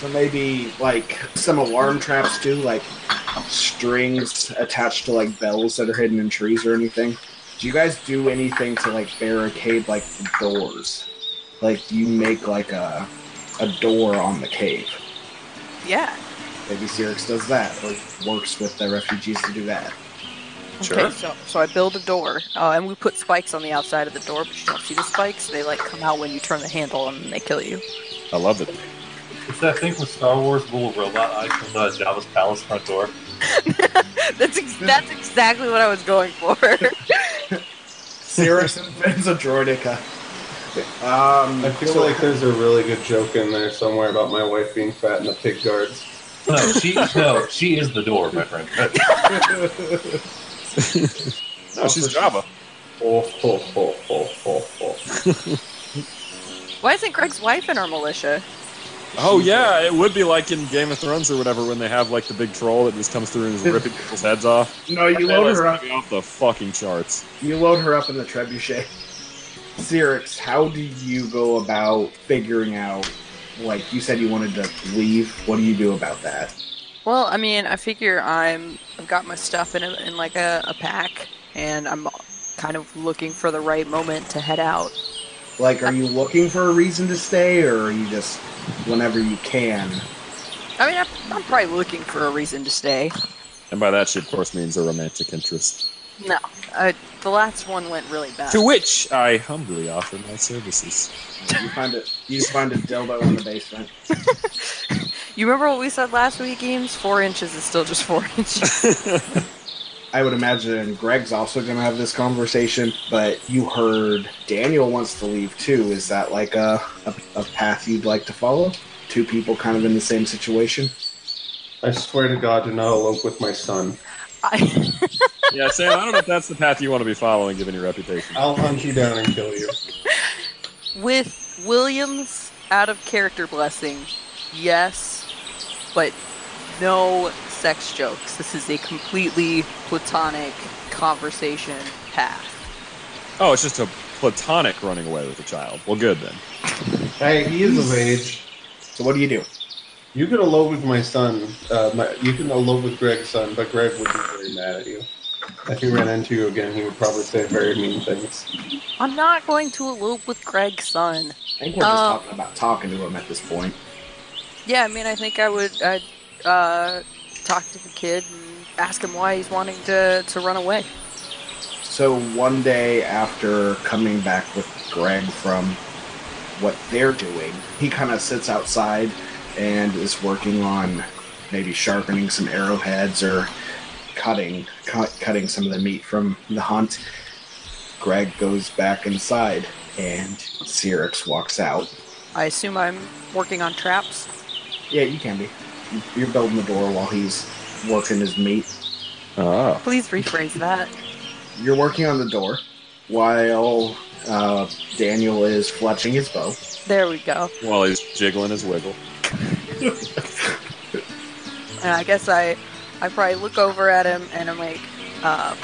[SPEAKER 4] So maybe like some alarm traps too, like strings attached to like bells that are hidden in trees or anything. Do you guys do anything to like barricade like the doors? Like you make like a a door on the cave.
[SPEAKER 5] Yeah.
[SPEAKER 4] Maybe Cyrix does that or works with the refugees to do that.
[SPEAKER 3] Sure.
[SPEAKER 5] Okay, so, so I build a door, uh, and we put spikes on the outside of the door, but you don't see the spikes. They like come out when you turn the handle, and they kill you.
[SPEAKER 3] I love it.
[SPEAKER 6] It's that thing from Star Wars, little robot eye from uh, Jabba's palace front door.
[SPEAKER 5] That's ex- that's exactly what I was going for.
[SPEAKER 4] Cyrix invents a droidica. Um
[SPEAKER 2] I feel
[SPEAKER 4] so-
[SPEAKER 2] like there's a really good joke in there somewhere about my wife being fat and the pig guards.
[SPEAKER 6] No, she no, she is the door, my friend.
[SPEAKER 3] No, she's Java.
[SPEAKER 2] Ho, ho, ho, ho, ho, ho.
[SPEAKER 5] Why isn't Greg's wife in our militia?
[SPEAKER 3] Oh yeah, it would be like in Game of Thrones or whatever when they have like the big troll that just comes through and is ripping people's heads off.
[SPEAKER 4] No, you
[SPEAKER 3] That
[SPEAKER 4] load
[SPEAKER 3] was
[SPEAKER 4] her up
[SPEAKER 3] gonna be off the fucking charts.
[SPEAKER 4] You load her up in the trebuchet. Xerix, how do you go about figuring out? Like you said, you wanted to leave. What do you do about that?
[SPEAKER 5] Well, I mean, I figure I'm I've got my stuff in a, in like a, a pack, and I'm kind of looking for the right moment to head out.
[SPEAKER 4] Like, are you looking for a reason to stay, or are you just whenever you can?
[SPEAKER 5] I mean, I'm, I'm probably looking for a reason to stay.
[SPEAKER 3] And by that, she of course means a romantic interest.
[SPEAKER 5] No, I, the last one went really bad.
[SPEAKER 3] To which I humbly offer my services.
[SPEAKER 4] You find it. You just find a dildo in the basement.
[SPEAKER 5] You remember what we said last week, Eames? Four inches is still just four inches.
[SPEAKER 4] I would imagine Greg's also going to have this conversation, but you heard Daniel wants to leave too. Is that like a, a, a path you'd like to follow? Two people kind of in the same situation?
[SPEAKER 2] I swear to God, do not elope with my son.
[SPEAKER 5] I,
[SPEAKER 3] yeah, Sam, I don't know if that's the path you want to be following given your reputation.
[SPEAKER 2] I'll hunt you down and kill you.
[SPEAKER 5] with Williams out of character blessing, yes, but no sex jokes. This is a completely platonic conversation path.
[SPEAKER 3] Oh, it's just a platonic running away with a child. Well, good then.
[SPEAKER 2] Hey, he is of age.
[SPEAKER 4] So what do you do?
[SPEAKER 2] You can elope with my son. Uh, my, you can elope with Greg's son, but Greg would be very mad at you. If he ran into you again, he would probably say very mean things.
[SPEAKER 5] I'm not going to elope with Greg's son.
[SPEAKER 4] I think we're just
[SPEAKER 5] Uh,
[SPEAKER 4] talking about talking to him at this point.
[SPEAKER 5] Yeah, I mean, I think I would I'd, uh, talk to the kid and ask him why he's wanting to, to run away.
[SPEAKER 4] So one day after coming back with Greg from what they're doing, he kind of sits outside and is working on maybe sharpening some arrowheads or cutting cut, cutting some of the meat from the hunt. Greg goes back inside and Cyrix walks out.
[SPEAKER 5] I assume I'm working on traps.
[SPEAKER 4] Yeah, you can be. You're building the door while he's working his meat.
[SPEAKER 3] Ah.
[SPEAKER 5] Please rephrase that.
[SPEAKER 4] You're working on the door while uh, Daniel is fletching his bow.
[SPEAKER 5] There we go.
[SPEAKER 3] While he's jiggling his wiggle.
[SPEAKER 5] And I guess I, I probably look over at him and I'm like, uh,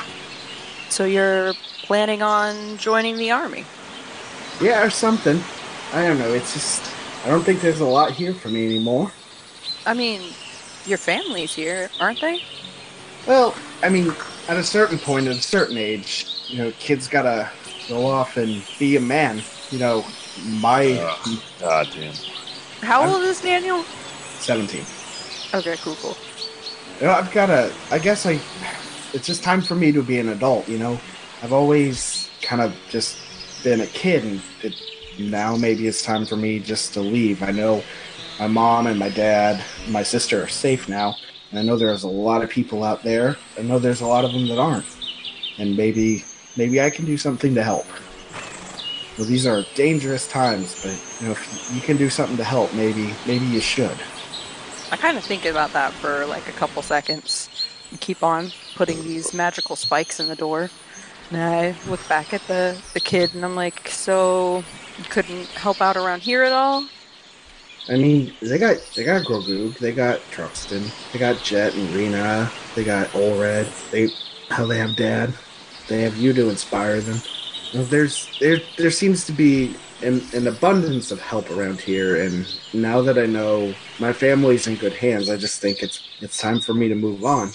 [SPEAKER 5] so you're planning on joining the army?
[SPEAKER 4] Yeah, or something. I don't know. It's just I don't think there's a lot here for me anymore.
[SPEAKER 5] I mean, your family's here, aren't they?
[SPEAKER 4] Well, I mean, at a certain point, at a certain age, you know, kids gotta go off and be a man. You know, my
[SPEAKER 6] Ugh.
[SPEAKER 3] Ah,
[SPEAKER 6] God damn.
[SPEAKER 5] How
[SPEAKER 4] I'm-
[SPEAKER 5] old is Daniel?
[SPEAKER 4] seventeen.
[SPEAKER 5] Okay, cool, cool.
[SPEAKER 4] You know, I've gotta. I guess I. It's just time for me to be an adult. You know, I've always kind of just been a kid, and it, now maybe it's time for me just to leave. I know my mom and my dad, and my sister are safe now, and I know there's a lot of people out there. I know there's a lot of them that aren't, and maybe maybe I can do something to help. Well, these are dangerous times, but you know, if you can do something to help, maybe maybe you should.
[SPEAKER 5] I kind of think about that for like a couple seconds. and keep on putting these magical spikes in the door. And I look back at the, the kid and I'm like, so you couldn't help out around here at all?
[SPEAKER 4] I mean, they got they got Grogoog, they got Truxton, they got Jet and Rena, they got Olred. They how they have Dad, they have you to inspire them. You know, There's there there seems to be an, an abundance of help around here, and now that I know my family's in good hands, I just think it's it's time for me to move on.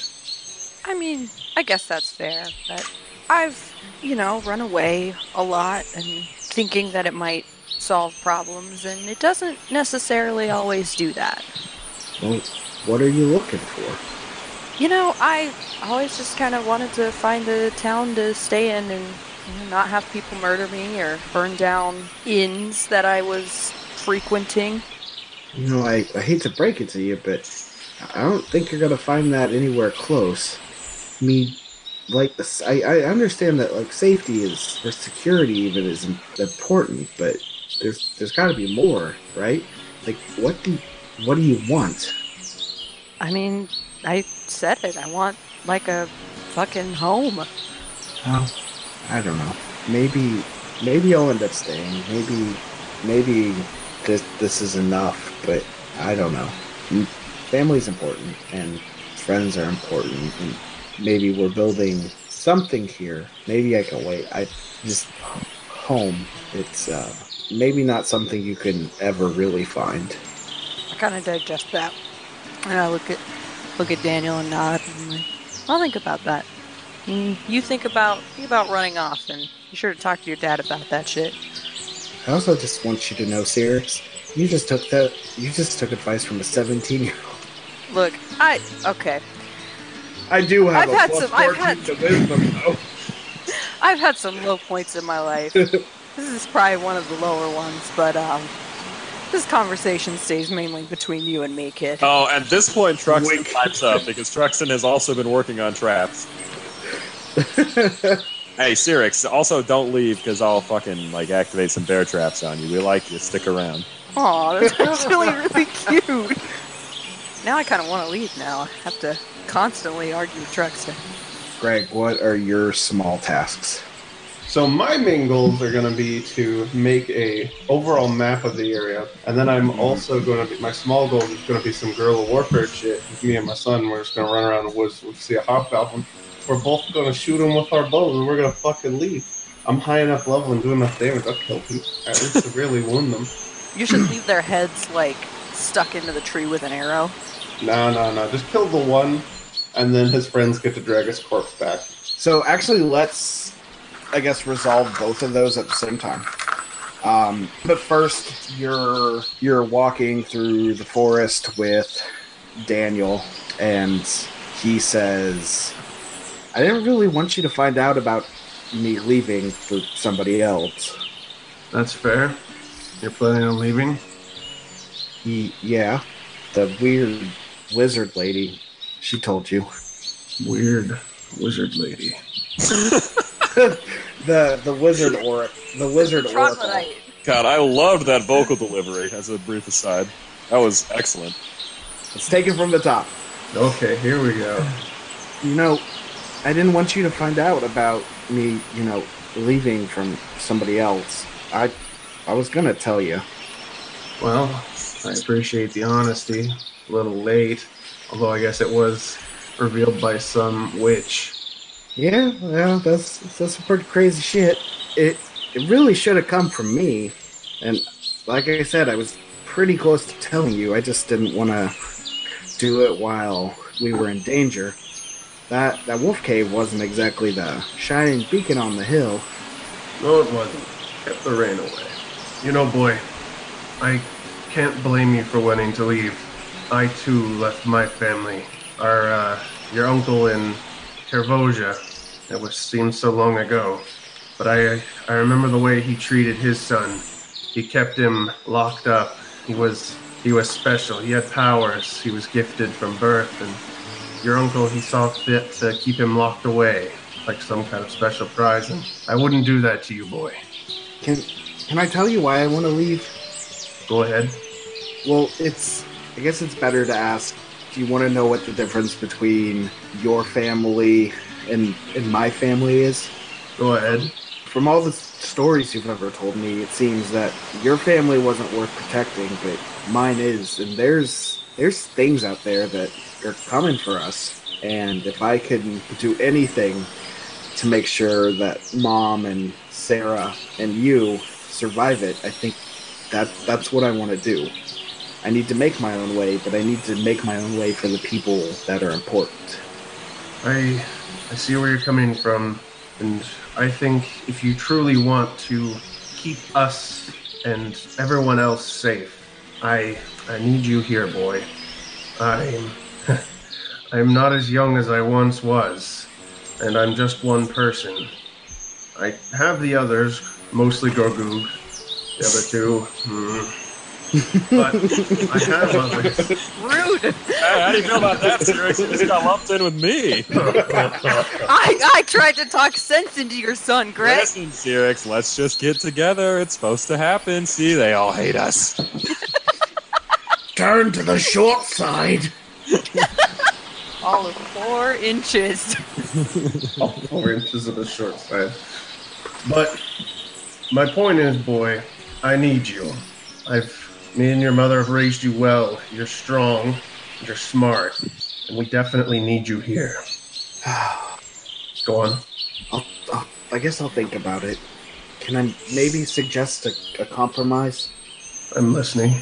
[SPEAKER 5] I mean, I guess that's fair, but I've, you know, run away a lot and thinking that it might solve problems, and it doesn't necessarily always do that.
[SPEAKER 4] Well, what are you looking for?
[SPEAKER 5] You know, I always just kind of wanted to find a town to stay in and you know, not have people murder me or burn down inns that I was frequenting.
[SPEAKER 4] You know, I, I hate to break it to you, but I don't think you're gonna find that anywhere close. I mean, like the s- I, I understand that like safety is or security even is im- important, but there's there's got to be more, right? Like what do what do you want?
[SPEAKER 5] I mean, I said it. I want like a fucking home.
[SPEAKER 4] Oh, I don't know. Maybe maybe I'll end up staying. Maybe maybe this this is enough, but I don't know. M- Family's important and friends are important and maybe we're building something here. Maybe I can wait. I just home. It's uh maybe not something you can ever really find.
[SPEAKER 5] I kind of digest that, and I look at look at Daniel and nod. And I'm like, I'll think about that. Mm, You think about think about running off, and be sure to talk to your dad about that shit.
[SPEAKER 4] I also just want you to know, Sirius, you just took that you just took advice from a 17-year-old.
[SPEAKER 5] Look, I okay.
[SPEAKER 4] I do have
[SPEAKER 5] I've
[SPEAKER 4] a
[SPEAKER 5] had
[SPEAKER 4] plus
[SPEAKER 5] some- I've
[SPEAKER 4] 14
[SPEAKER 5] had-
[SPEAKER 4] to wisdom, though.
[SPEAKER 5] I've had some low points in my life. this is probably one of the lower ones, but um, this conversation stays mainly between you and me, kid.
[SPEAKER 3] Oh, at this point, Truxton
[SPEAKER 4] Wink.
[SPEAKER 3] pipes up because Truxton has also been working on traps. hey, Sirix, also don't leave because I'll fucking like activate some bear traps on you. We like you. Stick around.
[SPEAKER 5] Aw, that's actually really cute. Now I kind of want to leave. Now I have to constantly argue with Truxton.
[SPEAKER 4] Greg, what are your small tasks?
[SPEAKER 2] So my main goals are going to be to make a overall map of the area, and then I'm also going to be my small goal is going to be some guerrilla warfare shit. With me and my son, we're just going to run around the woods. We see a hobgoblin. We're both going to shoot him with our bows, and we're going to fucking leave. I'm high enough level and do enough damage. I'll kill people. At least severely wound them.
[SPEAKER 5] You should leave their heads like stuck into the tree with an arrow.
[SPEAKER 2] No, no, no. Just kill the one, and then his friends get to drag his corpse back.
[SPEAKER 4] So actually, let's, I guess, resolve both of those at the same time. Um, but first, you're you're walking through the forest with Daniel, and he says, "I didn't really want you to find out about me leaving for somebody else."
[SPEAKER 2] That's fair. You're planning on leaving?
[SPEAKER 4] He, yeah, the weird lizard lady. She told you.
[SPEAKER 2] Weird wizard lady.
[SPEAKER 4] the the wizard or the wizard oracle.
[SPEAKER 5] Troglodyte.
[SPEAKER 3] God, I loved that vocal delivery. As a brief aside, that was excellent.
[SPEAKER 4] It's taken from the top.
[SPEAKER 2] Okay, here we go.
[SPEAKER 4] you know, I didn't want you to find out about me, you know, leaving from somebody else. I I was gonna tell you.
[SPEAKER 2] Well, I appreciate the honesty. A little late, although I guess it was revealed by some witch.
[SPEAKER 4] Yeah, yeah, that's that's some pretty crazy shit. It it really should have come from me. And like I said, I was pretty close to telling you. I just didn't wanna do it while we were in danger. That that wolf cave wasn't exactly the shining beacon on the hill.
[SPEAKER 2] No, it wasn't. Kept the rain away. You know, boy, I can't blame you for wanting to leave. I too left my family. Our, uh, your uncle in Tervosia, that was seems so long ago. But I, I remember the way he treated his son. He kept him locked up. He was, he was special. He had powers. He was gifted from birth, and your uncle, he saw fit to keep him locked away, like some kind of special prize, and I wouldn't do that to you, boy.
[SPEAKER 4] Can can I tell you why I wanna leave?
[SPEAKER 2] Go ahead.
[SPEAKER 4] Well, it's. I guess it's better to ask. Do you want to know what the difference between your family and and my family is?
[SPEAKER 2] Go ahead.
[SPEAKER 4] From all the s- stories you've ever told me, it seems that your family wasn't worth protecting, but mine is. And there's there's things out there that are coming for us. And if I can do anything to make sure that mom and Sarah and you survive it, I think that that's what I want to do. I need to make my own way, but I need to make my own way for the people that are important.
[SPEAKER 2] I, I see where you're coming from, and I think if you truly want to keep us and everyone else safe, I, I need you here, boy. I'm, I'm not as young as I once was, and I'm just one person. I have the others, mostly Gorgoog. The other two, hmm. but I have others.
[SPEAKER 5] Rude.
[SPEAKER 3] Hey, how do you feel about that, Sirix? You just got lumped in with me.
[SPEAKER 5] I, I tried to talk sense into your son, Greg.
[SPEAKER 3] Listen, Sirix, let's just get together. It's supposed to happen. See, they all hate us.
[SPEAKER 1] Turn to the short side.
[SPEAKER 5] All of four inches.
[SPEAKER 2] four inches of the short side. But my point is, boy, I need you. I've me and your mother have raised you well. You're strong, you're smart, and we definitely need you here. Go on.
[SPEAKER 4] I'll, I'll, I guess I'll think about it. Can I maybe suggest a, a compromise?
[SPEAKER 2] I'm listening.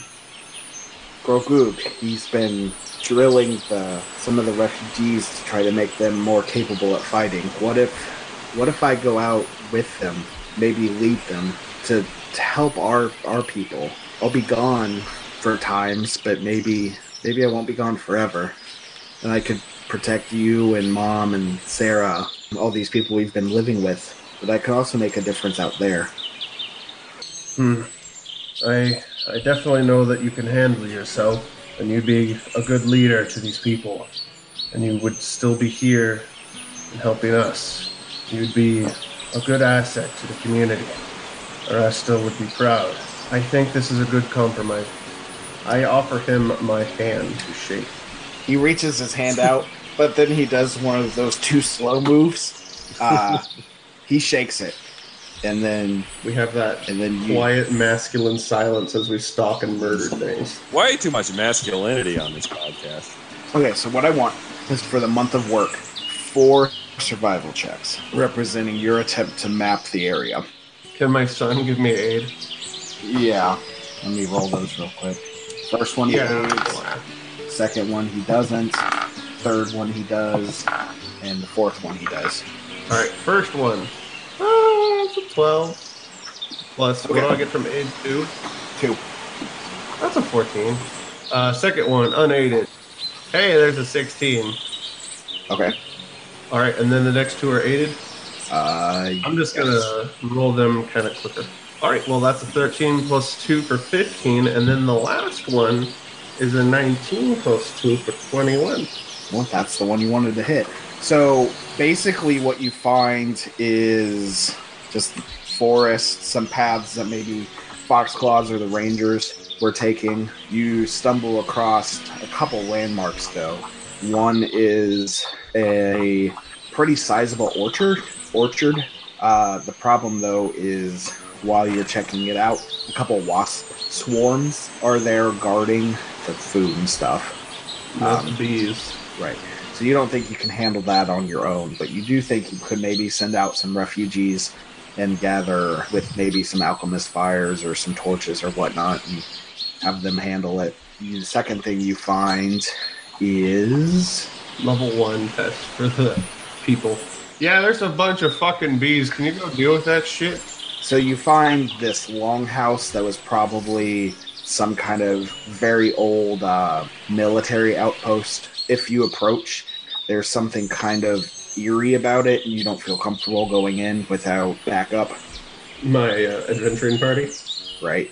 [SPEAKER 4] Grogoog, he's been drilling the, some of the refugees to try to make them more capable at fighting. What if, what if I go out with them, maybe lead them to, to help our our people? I'll be gone for times, but maybe Maybe I won't be gone forever. And I could protect you and mom and Sarah, all these people we've been living with. But I could also make a difference out there.
[SPEAKER 2] Hmm. I I definitely know that you can handle yourself, and you'd be a good leader to these people, and you would still be here and helping us. You'd be a good asset to the community. Arasta would be proud. I think this is a good compromise. I offer him my hand to shake.
[SPEAKER 4] He reaches his hand out, but then he does one of those two slow moves. Uh, he shakes it, and then
[SPEAKER 2] We have that
[SPEAKER 4] and then you.
[SPEAKER 2] quiet masculine silence as we stalk and murder things.
[SPEAKER 3] Way too much masculinity on this podcast.
[SPEAKER 4] Okay, so what I want is for the month of work, four survival checks representing your attempt to map the area.
[SPEAKER 2] Can my son give me aid?
[SPEAKER 4] Yeah. Let me roll those real quick. First one he does. Second one he doesn't. Third one he does. And the fourth one he does.
[SPEAKER 2] All right, first one. Ah, that's a twelve. Plus, what do I
[SPEAKER 4] Okay.
[SPEAKER 2] get from aid two?
[SPEAKER 4] Two.
[SPEAKER 2] That's a fourteen. Uh, second one, unaided. Hey, there's a sixteen.
[SPEAKER 4] Okay.
[SPEAKER 2] All right, and then the next two are aided.
[SPEAKER 4] Uh,
[SPEAKER 2] I'm just gonna roll them kind of quicker. All right, well that's a thirteen plus two for fifteen, and then the last one is a nineteen plus two for twenty-one.
[SPEAKER 4] Well, that's the one you wanted to hit. So basically, what you find is just forests, some paths that maybe Foxclaws or the Rangers were taking. You stumble across a couple landmarks, though. One is a pretty sizable orchard. Orchard. Uh, the problem, though, is while you're checking it out, a couple wasp swarms are there guarding the food and stuff.
[SPEAKER 2] That's
[SPEAKER 4] Um,
[SPEAKER 2] bees.
[SPEAKER 4] Right. So you don't think you can handle that on your own, but you do think you could maybe send out some refugees and gather with maybe some alchemist fires or some torches or whatnot and have them handle it. The second thing you find is
[SPEAKER 2] Level one test for the people. Yeah, there's a bunch of fucking bees. Can you go deal with that shit?
[SPEAKER 4] so you find this longhouse that was probably some kind of very old uh, military outpost. If you approach, there's something kind of eerie about it, and you don't feel comfortable going in without backup.
[SPEAKER 2] My uh, adventuring party.
[SPEAKER 4] right?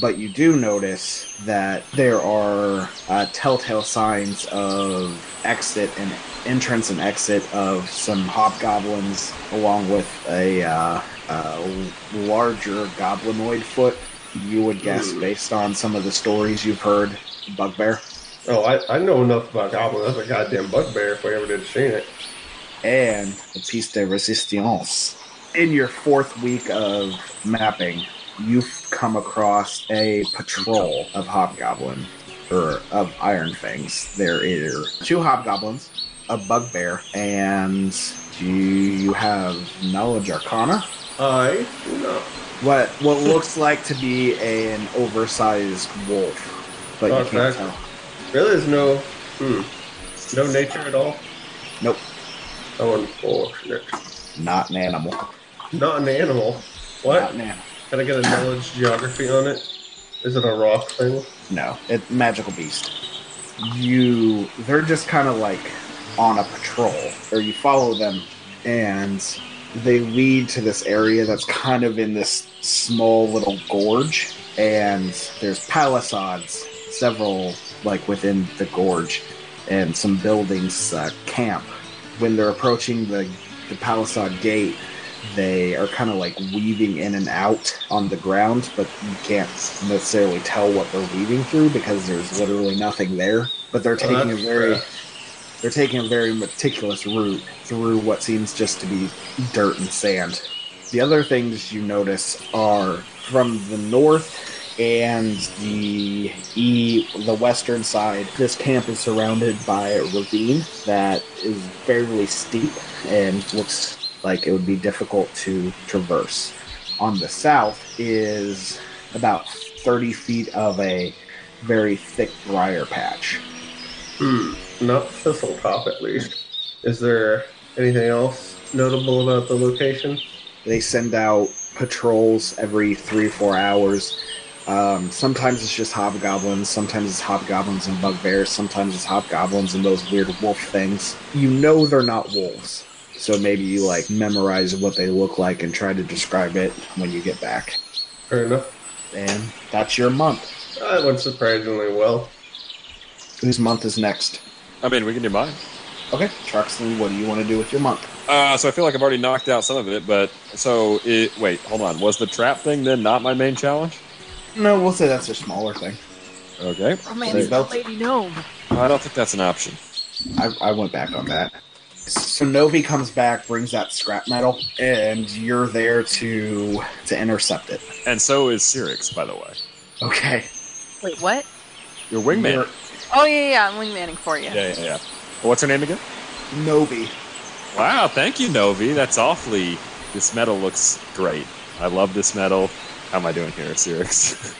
[SPEAKER 4] But you do notice that there are uh, telltale signs of exit and entrance and exit of some hobgoblins, along with a, uh, a larger goblinoid foot. You would guess, based on some of the stories you've heard, bugbear.
[SPEAKER 2] Oh, I, I know enough about goblins. That's a goddamn bugbear if I ever did seen it.
[SPEAKER 4] and the piece de resistance. In your fourth week of mapping, you've come across a patrol of hobgoblin or of iron fangs. There are two hobgoblins, a bugbear, and do you have knowledge arcana?
[SPEAKER 2] I do not.
[SPEAKER 4] What what looks like to be an oversized wolf, but you can't
[SPEAKER 2] Okay.
[SPEAKER 4] tell.
[SPEAKER 2] Really, there's no, hmm, no nature at all.
[SPEAKER 4] Nope,
[SPEAKER 2] Oh, unfortunate.
[SPEAKER 4] not an animal.
[SPEAKER 2] Not an animal. What?
[SPEAKER 4] Not an animal.
[SPEAKER 2] Can I get a knowledge geography on it? Is it a rock thing?
[SPEAKER 4] No, it magical beast. You, they're just kind of like on a patrol, or you follow them, and they lead to this area that's kind of in this small little gorge, and there's palisades, several like within the gorge, and some buildings uh, camp. When they're approaching the the palisade gate, they are kind of like weaving in and out on the ground, but you can't necessarily tell what they're weaving through because there's literally nothing there. But they're taking a
[SPEAKER 2] Oh, that's
[SPEAKER 4] very
[SPEAKER 2] fair.
[SPEAKER 4] they're taking a very meticulous route through what seems just to be dirt and sand. The other things you notice are from the north and the e the western side. This camp is surrounded by a ravine that is fairly steep and looks like it would be difficult to traverse. On the south is about 30 feet of a very thick briar patch.
[SPEAKER 2] Hmm, not thistle top at least. Is there anything else notable about the location?
[SPEAKER 4] They send out patrols every three or four hours. Um, sometimes it's just hobgoblins, sometimes it's hobgoblins and bugbears, sometimes it's hobgoblins and those weird wolf things. You know they're not wolves, so maybe you like memorize what they look like and try to describe it when you get back.
[SPEAKER 2] Fair enough.
[SPEAKER 4] And that's your month.
[SPEAKER 2] That Uh, went surprisingly well.
[SPEAKER 4] Whose month is next?
[SPEAKER 3] I mean, we can do mine.
[SPEAKER 4] Okay, Truxton, what do you want to do with your month?
[SPEAKER 3] Uh, so I feel like I've already knocked out some of it, but so it, wait, hold on. Was the trap thing then not my main challenge?
[SPEAKER 4] No, we'll say that's a smaller thing.
[SPEAKER 3] Okay,
[SPEAKER 5] Romance
[SPEAKER 4] There you
[SPEAKER 5] the
[SPEAKER 4] go.
[SPEAKER 5] lady gnome.
[SPEAKER 3] I don't think that's an option.
[SPEAKER 4] I, I went back on that. So Novi comes back, brings that scrap metal, and you're there to to intercept it.
[SPEAKER 3] And so is Sirix, by the way.
[SPEAKER 4] Okay.
[SPEAKER 5] Wait, what?
[SPEAKER 3] Your wingman.
[SPEAKER 4] You're-
[SPEAKER 5] Oh yeah, yeah, yeah, I'm wingmanning for you.
[SPEAKER 3] yeah, yeah, yeah. What's her name again?
[SPEAKER 4] Novi.
[SPEAKER 3] Wow, thank you, Novi. That's awfully. This metal looks great. I love this metal. How am I doing here, Sirix?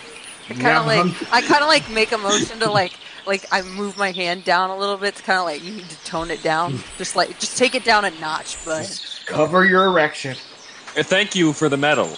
[SPEAKER 5] I kind of like I kind of like make a motion to like like I move my hand down a little bit to kind of like you need to tone it down. Just like just take it down a notch, but
[SPEAKER 4] Cover your erection.
[SPEAKER 3] And thank you for the medal.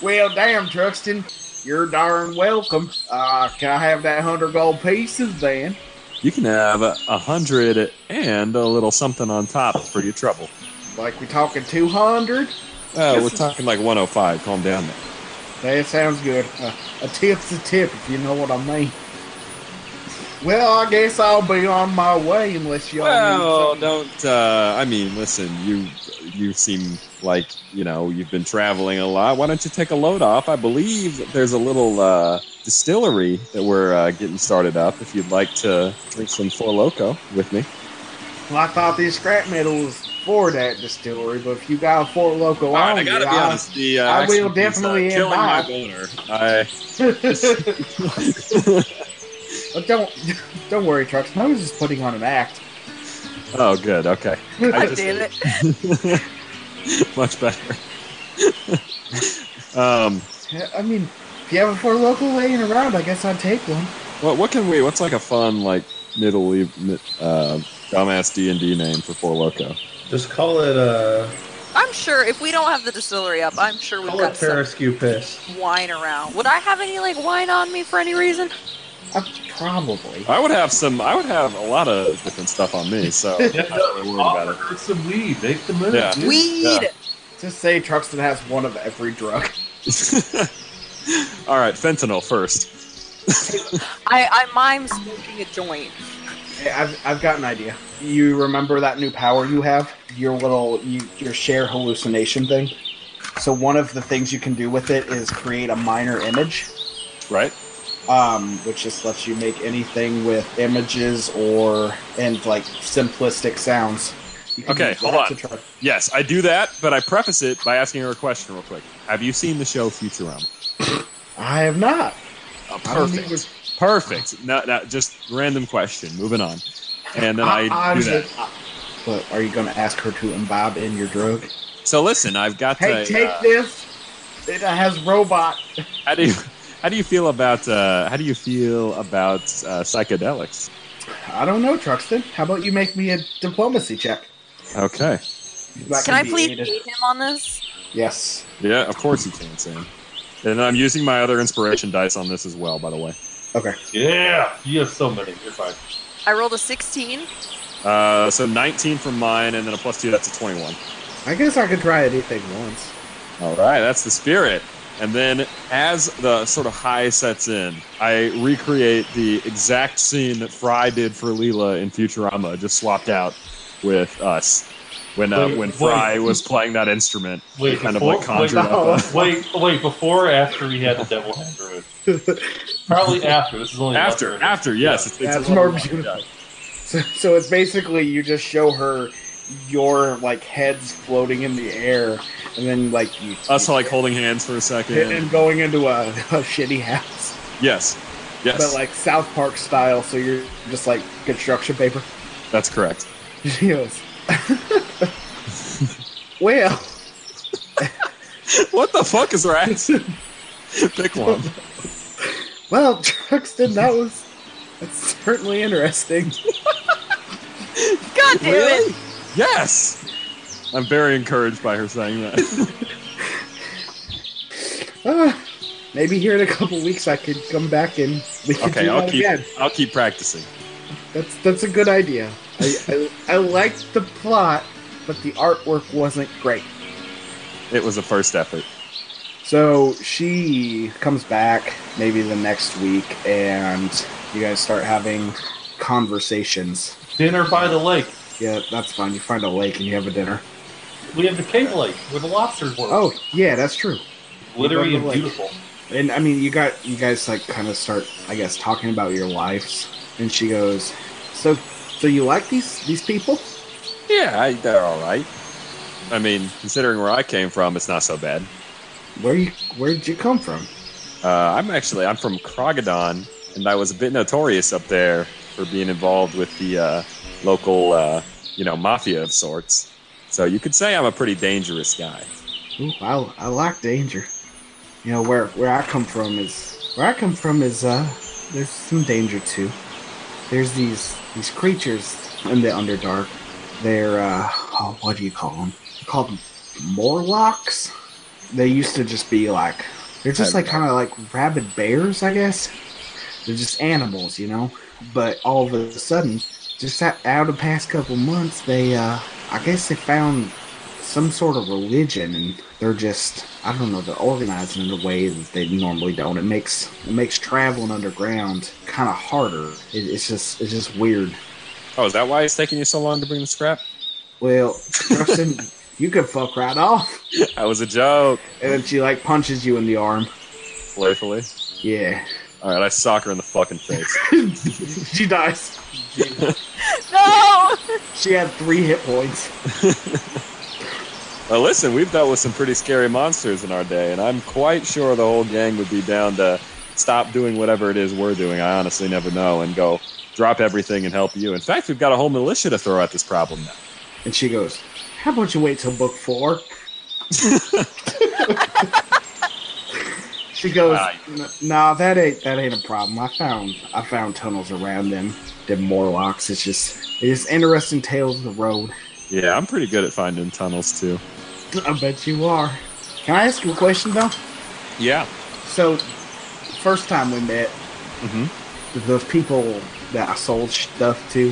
[SPEAKER 4] Well, damn, Truxton. You're darn welcome. Uh, can I have that hundred gold pieces then?
[SPEAKER 3] You can have a a hundred and a little something on top for your trouble.
[SPEAKER 4] Like we talking two hundred?
[SPEAKER 3] Uh,
[SPEAKER 4] This
[SPEAKER 3] we're
[SPEAKER 4] is-
[SPEAKER 3] talking like 105. Calm down there.
[SPEAKER 4] That sounds good. Uh, a tip's a tip, if you know what I mean. Well, I guess I'll be on my way unless y'all.
[SPEAKER 3] Well,
[SPEAKER 4] need something.
[SPEAKER 3] don't. Uh, I mean, listen. You you seem like you know you've been traveling a lot. Why don't you take a load off? I believe that there's a little uh, distillery that we're uh, getting started up. If you'd like to drink some Four Loco with me,
[SPEAKER 4] Well, I thought this scrap metal was for that distillery, but if you got a Fort Loco on you, I-
[SPEAKER 3] The, uh,
[SPEAKER 4] I actually will is, uh, definitely killing my invite.
[SPEAKER 3] boner. I
[SPEAKER 4] But Oh, don't don't worry, Truxton. I was just putting on an act.
[SPEAKER 3] oh, good. Okay,
[SPEAKER 5] I
[SPEAKER 3] just-
[SPEAKER 5] did it.
[SPEAKER 3] much better. um,
[SPEAKER 4] I mean, if you have a Fort Loco laying around, I guess I'd take one.
[SPEAKER 3] what what can we? What's like a fun like middle e- mi- uh, dumbass D and D name for Four Loco?
[SPEAKER 2] Just call it uh,
[SPEAKER 5] I'm sure if we don't have the distillery up, I'm sure we've
[SPEAKER 2] call it
[SPEAKER 5] got some
[SPEAKER 2] Paraskew Piss.
[SPEAKER 5] wine around. Would I have any like wine on me for any reason?
[SPEAKER 4] I, Uh, probably.
[SPEAKER 3] I would have some. I would have a lot of different stuff on me. So I'm not really worried about it.
[SPEAKER 6] Offer some weed. Make the move.
[SPEAKER 3] Yeah.
[SPEAKER 6] dude.
[SPEAKER 5] Weed.
[SPEAKER 3] Yeah.
[SPEAKER 4] Just say Truxton has one of every drug.
[SPEAKER 3] All right, fentanyl first.
[SPEAKER 5] I I mime smoking a joint.
[SPEAKER 4] Hey, I've, I've got an idea. You remember that new power you have? Your little, you, your share hallucination thing? So, one of the things you can do with it is create a minor image,
[SPEAKER 3] Right.
[SPEAKER 4] um, which just lets you make anything with images or, and like simplistic sounds. You can
[SPEAKER 3] Okay,
[SPEAKER 4] use
[SPEAKER 3] hold
[SPEAKER 4] that
[SPEAKER 3] on.
[SPEAKER 4] to try-
[SPEAKER 3] Yes, I do that, but I preface it by asking her a question real quick. Have you seen the show Futurama?
[SPEAKER 4] I have not.
[SPEAKER 3] Oh,
[SPEAKER 4] I don't think
[SPEAKER 3] perfect. Perfect. No, no, just random question. Moving on. And then I,
[SPEAKER 4] I- I'm
[SPEAKER 3] do that.
[SPEAKER 4] just- But are you going to ask her to imbibe in your drug?
[SPEAKER 3] So listen, I've got
[SPEAKER 4] Hey,
[SPEAKER 3] a,
[SPEAKER 4] take
[SPEAKER 3] uh,
[SPEAKER 4] this. It has robot.
[SPEAKER 3] how do you how do you feel about uh, how do you feel about uh, psychedelics?
[SPEAKER 4] I don't know, Truxton. How about you make me a diplomacy check?
[SPEAKER 3] Okay.
[SPEAKER 4] That
[SPEAKER 5] Can I
[SPEAKER 4] be
[SPEAKER 5] please
[SPEAKER 4] aided.
[SPEAKER 5] aid him on this?
[SPEAKER 4] Yes.
[SPEAKER 3] Yeah, of course you can, Sam. And I'm using my other inspiration dice on this as well, by the way.
[SPEAKER 4] Okay.
[SPEAKER 6] Yeah. You have so many. You're fine.
[SPEAKER 5] I rolled a 16.
[SPEAKER 3] Uh, so 19 from mine, and then a plus two, that's a 21.
[SPEAKER 4] I guess I could try anything once.
[SPEAKER 3] All right, that's the spirit. And then as the sort of high sets in, I recreate the exact scene that Fry did for Leela in Futurama, just swapped out with us. When, uh,
[SPEAKER 6] Wait,
[SPEAKER 3] when
[SPEAKER 6] wait.
[SPEAKER 3] Fry was playing that instrument,
[SPEAKER 6] Wait.
[SPEAKER 3] kind of
[SPEAKER 6] before-
[SPEAKER 3] like conjured
[SPEAKER 6] wait,
[SPEAKER 3] up. a-
[SPEAKER 6] wait. Wait. Before or after we had the devil hand removed? Probably after. This is only
[SPEAKER 3] After, after, yes, it's, it's
[SPEAKER 4] That's more beautiful. So, so it's basically you just show her your like heads floating in the air, and then like you
[SPEAKER 3] us like holding hands for a second.
[SPEAKER 4] and going into a, a shitty house,
[SPEAKER 3] yes, yes,
[SPEAKER 4] but like South Park style. So you're just like construction paper.
[SPEAKER 3] that's correct.
[SPEAKER 4] She goes, "Well,
[SPEAKER 3] What the fuck is her accent? Pick one.
[SPEAKER 4] well, Truxton, that was that's certainly interesting."
[SPEAKER 5] God damn it!
[SPEAKER 3] Yes. I'm very encouraged by her saying that.
[SPEAKER 4] Ah, Maybe here in a couple weeks I could come back and we could
[SPEAKER 3] Okay,
[SPEAKER 4] do
[SPEAKER 3] I'll
[SPEAKER 4] that
[SPEAKER 3] keep
[SPEAKER 4] again.
[SPEAKER 3] I'll keep practicing.
[SPEAKER 4] That's that's a good idea. I, I I liked the plot, but the artwork wasn't great.
[SPEAKER 3] It was a first effort.
[SPEAKER 4] So she comes back maybe the next week, and you guys start having conversations.
[SPEAKER 8] Dinner by the lake.
[SPEAKER 4] Yeah, that's fine. You find a lake and you have a dinner.
[SPEAKER 8] We have the cave lake where the lobsters were.
[SPEAKER 4] Oh, yeah, that's true. we
[SPEAKER 8] glittery
[SPEAKER 4] go to
[SPEAKER 8] and
[SPEAKER 4] the lake.
[SPEAKER 8] beautiful.
[SPEAKER 4] And I mean, you got you guys like kind of start, I guess, talking about your lives. And she goes, "So, so you like these these people?"
[SPEAKER 3] Yeah, I, they're all right. I mean, considering where I came from, it's not so bad.
[SPEAKER 4] Where you where did you come from?
[SPEAKER 3] Uh, I'm actually I'm from Krogadon, and I was a bit notorious up there for being involved with the uh, local, uh, you know, mafia of sorts. So you could say I'm a pretty dangerous guy.
[SPEAKER 4] Ooh, I, I like danger. You know where where I come from is where I come from is uh there's some danger too. There's these these creatures in the underdark. They're uh oh, what do you call them? Called Morlocks. They used to just be like they're just like kind of like rabid bears, I guess. They're just animals, you know. But all of a sudden, just out, out of the past couple months, they uh I guess they found some sort of religion and they're just I don't know, they're organized in a way that they normally don't. It makes it makes traveling underground kinda harder. It, it's just it's just weird.
[SPEAKER 3] Oh, is that why it's taking you so long to bring the scrap?
[SPEAKER 4] Well, Justin, you could fuck right off.
[SPEAKER 3] That was a joke,
[SPEAKER 4] And then she like punches you in the arm.
[SPEAKER 3] playfully.
[SPEAKER 4] Yeah.
[SPEAKER 3] All right, I sock her in the fucking face.
[SPEAKER 4] she dies.
[SPEAKER 5] No!
[SPEAKER 4] She had three hit points.
[SPEAKER 3] Well, listen, we've dealt with some pretty scary monsters in our day, and I'm quite sure the whole gang would be down to stop doing whatever it is we're doing. I honestly never know, and go drop everything and help you. In fact, we've got a whole militia to throw at this problem now.
[SPEAKER 4] And she goes, How about you wait till book four? she goes,
[SPEAKER 3] Ah,
[SPEAKER 4] "N- Nah, that ain't that ain't a problem. I found I found tunnels around them. Them Morlocks. It's just it's just interesting tales of the road.
[SPEAKER 3] Yeah, I'm pretty good at finding tunnels too.
[SPEAKER 4] I bet you are. Can I ask you a question though?
[SPEAKER 3] Yeah.
[SPEAKER 4] So, first time we met,
[SPEAKER 3] hmm
[SPEAKER 4] the people that I sold stuff to,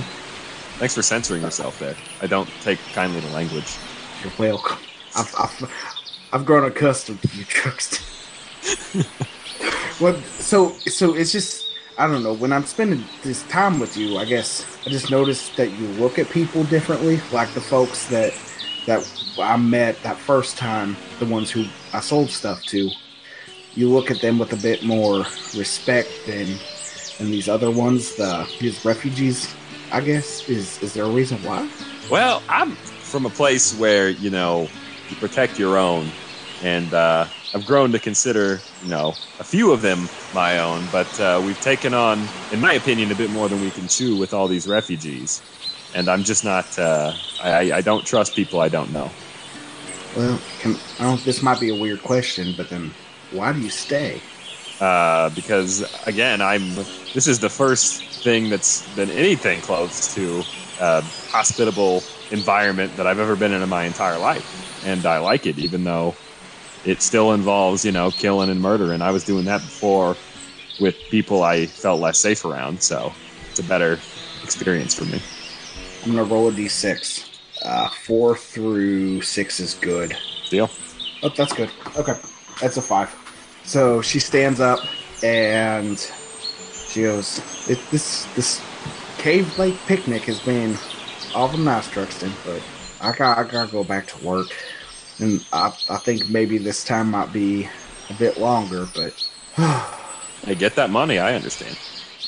[SPEAKER 3] Thanks for censoring yourself there. I don't take kindly to language.
[SPEAKER 4] you're welcome. I've, I've, I've grown accustomed to you, Truxton. well, so so it's just I don't know. When I'm spending this time with you, I guess I just noticed that you look at people differently. Like the folks that that I met that first time, the ones who I sold stuff to, you look at them with a bit more respect than than these other ones. The these refugees, I guess. Is is there a reason why?
[SPEAKER 3] Well, I'm from a place where, you know, you protect your own. And uh, I've grown to consider, you know, a few of them my own. But uh, we've taken on, in my opinion, a bit more than we can chew with all these refugees. And I'm just not, uh, I, I don't trust people I don't know.
[SPEAKER 4] Well, can, I don't, this might be a weird question, but then why do you stay?
[SPEAKER 3] uh, because again, I'm. This is the first thing that's been anything close to a hospitable environment that I've ever been in in my entire life, and I like it, even though it still involves you know killing and murder. And I was doing that before with people I felt less safe around, so it's a better experience for me.
[SPEAKER 4] I'm gonna roll a d6. Uh, four through six is good.
[SPEAKER 3] Deal.
[SPEAKER 4] Oh, that's good. Okay, that's a five. So she stands up and she goes, it, "This this cave lake picnic has been awful nice, Truxton, but I got I gotta go back to work, and I I think maybe this time might be a bit longer, but."
[SPEAKER 3] I get that money. I understand.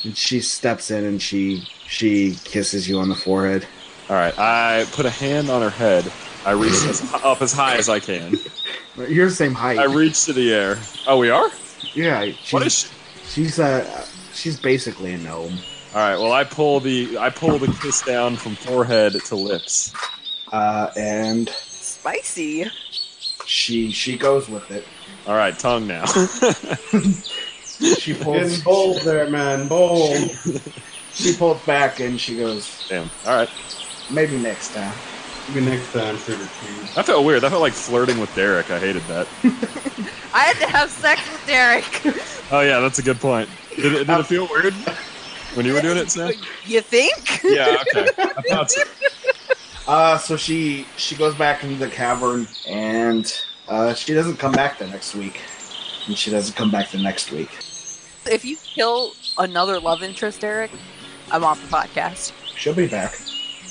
[SPEAKER 4] And she steps in and she she kisses you on the forehead.
[SPEAKER 3] All right, I put a hand on her head. I reach as, up as high as I can.
[SPEAKER 4] You're the same height.
[SPEAKER 3] I reach to the air. Oh, we are.
[SPEAKER 4] yeah, she's,
[SPEAKER 3] What is she?
[SPEAKER 4] she's uh she's basically a gnome.
[SPEAKER 3] All right. Well, I pull the I pull the kiss down from forehead to lips.
[SPEAKER 4] Uh, and
[SPEAKER 5] Spicy.
[SPEAKER 4] she she goes with it.
[SPEAKER 3] All right, tongue now.
[SPEAKER 4] She
[SPEAKER 8] Getting
[SPEAKER 4] pulls
[SPEAKER 8] bold there, man. Bold.
[SPEAKER 4] she pulls back and she goes
[SPEAKER 3] Damn. All right.
[SPEAKER 4] maybe next time.
[SPEAKER 8] Maybe next time, sugar cubes.
[SPEAKER 3] That felt weird. That felt like flirting with Derek. I hated that.
[SPEAKER 5] I had to have sex with Derek.
[SPEAKER 3] Oh yeah, that's a good point. Did it, did it feel weird when you were doing it, Sam?
[SPEAKER 5] you think?
[SPEAKER 3] Yeah. Okay. I thought so.
[SPEAKER 4] Uh, so she she goes back into the cavern, and uh, she doesn't come back the next week, and she doesn't come back the next week.
[SPEAKER 5] If you kill another love interest, Derek, I'm off the podcast.
[SPEAKER 4] She'll be back.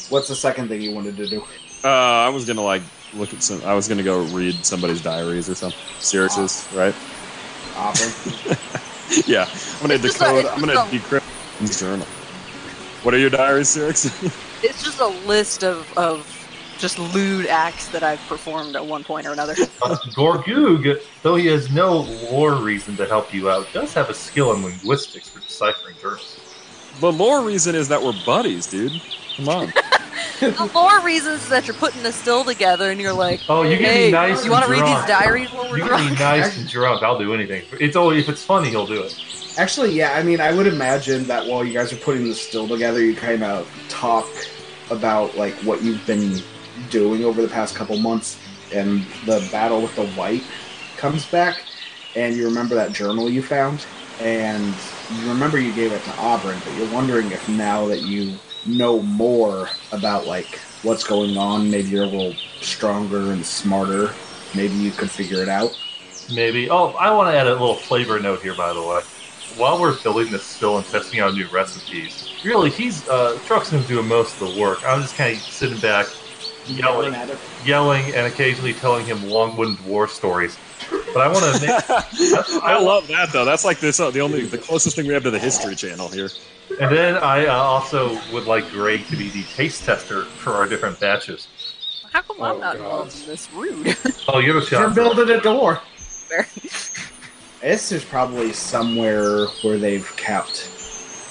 [SPEAKER 4] What's the second thing you wanted to do?
[SPEAKER 3] Uh, I was gonna like look at some. I was gonna go read somebody's diaries or something. Sirius's, right?
[SPEAKER 4] Auburn.
[SPEAKER 3] Yeah. I'm gonna
[SPEAKER 5] It's just a-
[SPEAKER 3] decode.
[SPEAKER 5] it's
[SPEAKER 3] I'm gonna
[SPEAKER 5] just a-
[SPEAKER 3] decrypt his journal. What are your diaries, Sirius?
[SPEAKER 5] It's just a list of, of just lewd acts that I've performed at one point or another.
[SPEAKER 6] Uh, Gorgoog, though he has no lore reason to help you out, does have a skill in linguistics for deciphering journals.
[SPEAKER 3] the lore reason is that we're buddies, dude. Come on.
[SPEAKER 5] the lore reasons is that you're putting this still together and you're like,
[SPEAKER 6] Oh, you can
[SPEAKER 5] hey,
[SPEAKER 6] be nice
[SPEAKER 5] you
[SPEAKER 6] and
[SPEAKER 5] want to read these
[SPEAKER 6] drunk.
[SPEAKER 5] diaries while we're
[SPEAKER 6] You can be
[SPEAKER 5] drunk?
[SPEAKER 6] nice and drunk. I'll do anything. It's always if it's funny, he'll do it.
[SPEAKER 4] Actually, yeah. I mean, I would imagine that while you guys are putting this still together, you kind of talk about like what you've been doing over the past couple months, and the battle with the white comes back, and you remember that journal you found, and you remember you gave it to Auburn, but you're wondering if now that you know more about like what's going on, maybe you're a little stronger and smarter. Maybe you could figure it out.
[SPEAKER 6] Maybe. Oh, I want to add a little flavor note here, by the way. While we're building this still and testing out new recipes, really, he's uh, Truck's going to do most of the work. I'm just kind of sitting back, yelling,
[SPEAKER 4] at it.
[SPEAKER 6] yelling, and occasionally telling him long-winded war stories. But I want to make,
[SPEAKER 3] I love that though. That's like this. Uh, the only, the closest thing we have to the History Channel here.
[SPEAKER 6] and then I uh, also would like Greg to be the taste tester for our different batches.
[SPEAKER 5] How come
[SPEAKER 8] Oh,
[SPEAKER 5] I'm not
[SPEAKER 8] God.
[SPEAKER 5] involved in this? Rude.
[SPEAKER 6] Oh, you have a
[SPEAKER 4] They're
[SPEAKER 6] shot. bro.
[SPEAKER 4] building a door. This is probably somewhere where they've kept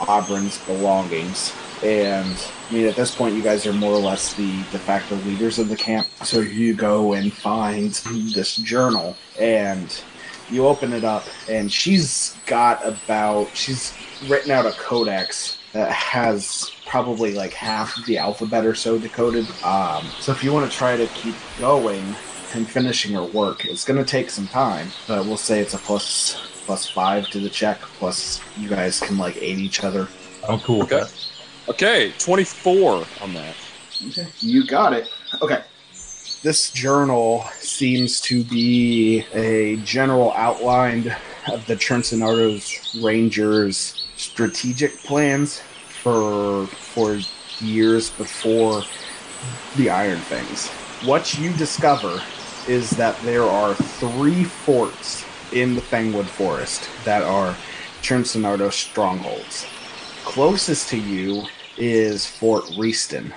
[SPEAKER 4] Auburn's belongings. And I mean, at this point, you guys are more or less the de facto leaders of the camp. So you go and find this journal, and you open it up, and she's got about she's written out a codex that has probably like half of the alphabet or so decoded. Um, so if you want to try to keep going, and finishing her work. It's going to take some time, but we'll say it's a plus plus five to the check. Plus, you guys can like aid each other.
[SPEAKER 6] I'm cool with
[SPEAKER 3] Okay.
[SPEAKER 6] that.
[SPEAKER 3] Okay, 24 on that.
[SPEAKER 4] You got it. Okay. This journal seems to be a general outline of the Trencinardo's Rangers' strategic plans for for years before the Iron Things. What you discover is that there are three forts in the Fangwood Forest that are Trencinardo's strongholds. Closest to you is Fort Reeston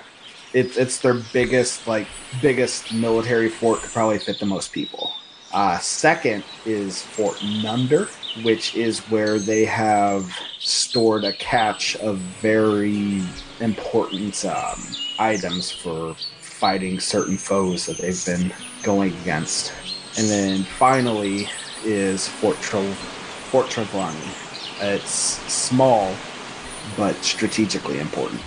[SPEAKER 4] it's it's their biggest like biggest military fort could probably fit the most people. Uh, second is Fort Nunder, which is where they have stored a cache of very important um, items for fighting certain foes that they've been going against. And then finally is Fort Tre- Fort Trevlani. It's small, but strategically important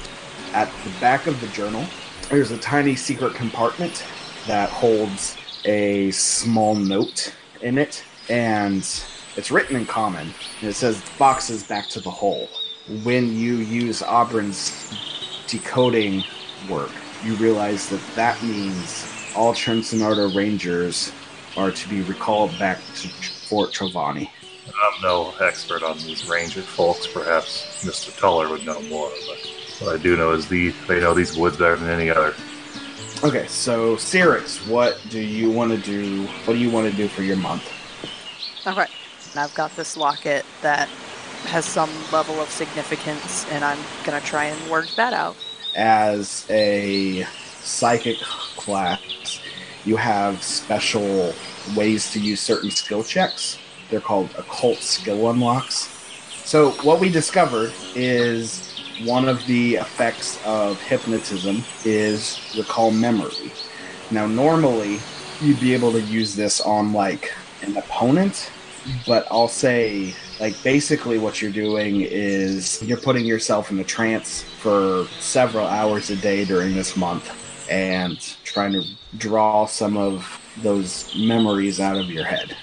[SPEAKER 4] at the back of the journal, there's a tiny secret compartment that holds a small note in it, and it's written in common. And it says, Boxes back to the hole. When you use Auburn's decoding work, you realize that that means all Trencinardo Rangers are to be recalled back to Fort Trovani.
[SPEAKER 6] I'm no expert on these ranger folks. Perhaps Mr. Tuller would know more, but what I do know is the they know these woods better than any other.
[SPEAKER 4] Okay, so Cyrix, what do you want to do? What do you want to do for your month?
[SPEAKER 5] Okay. And I've got this locket that has some level of significance, and I'm going to try and work that out.
[SPEAKER 4] as a psychic class, you have special ways to use certain skill checks. They're called occult skill unlocks. So, what we discovered is one of the effects of hypnotism is recall memory. Now, normally, you'd be able to use this on like an opponent, but I'll say like basically what you're doing is you're putting yourself in a trance for several hours a day during this month and trying to draw some of those memories out of your head.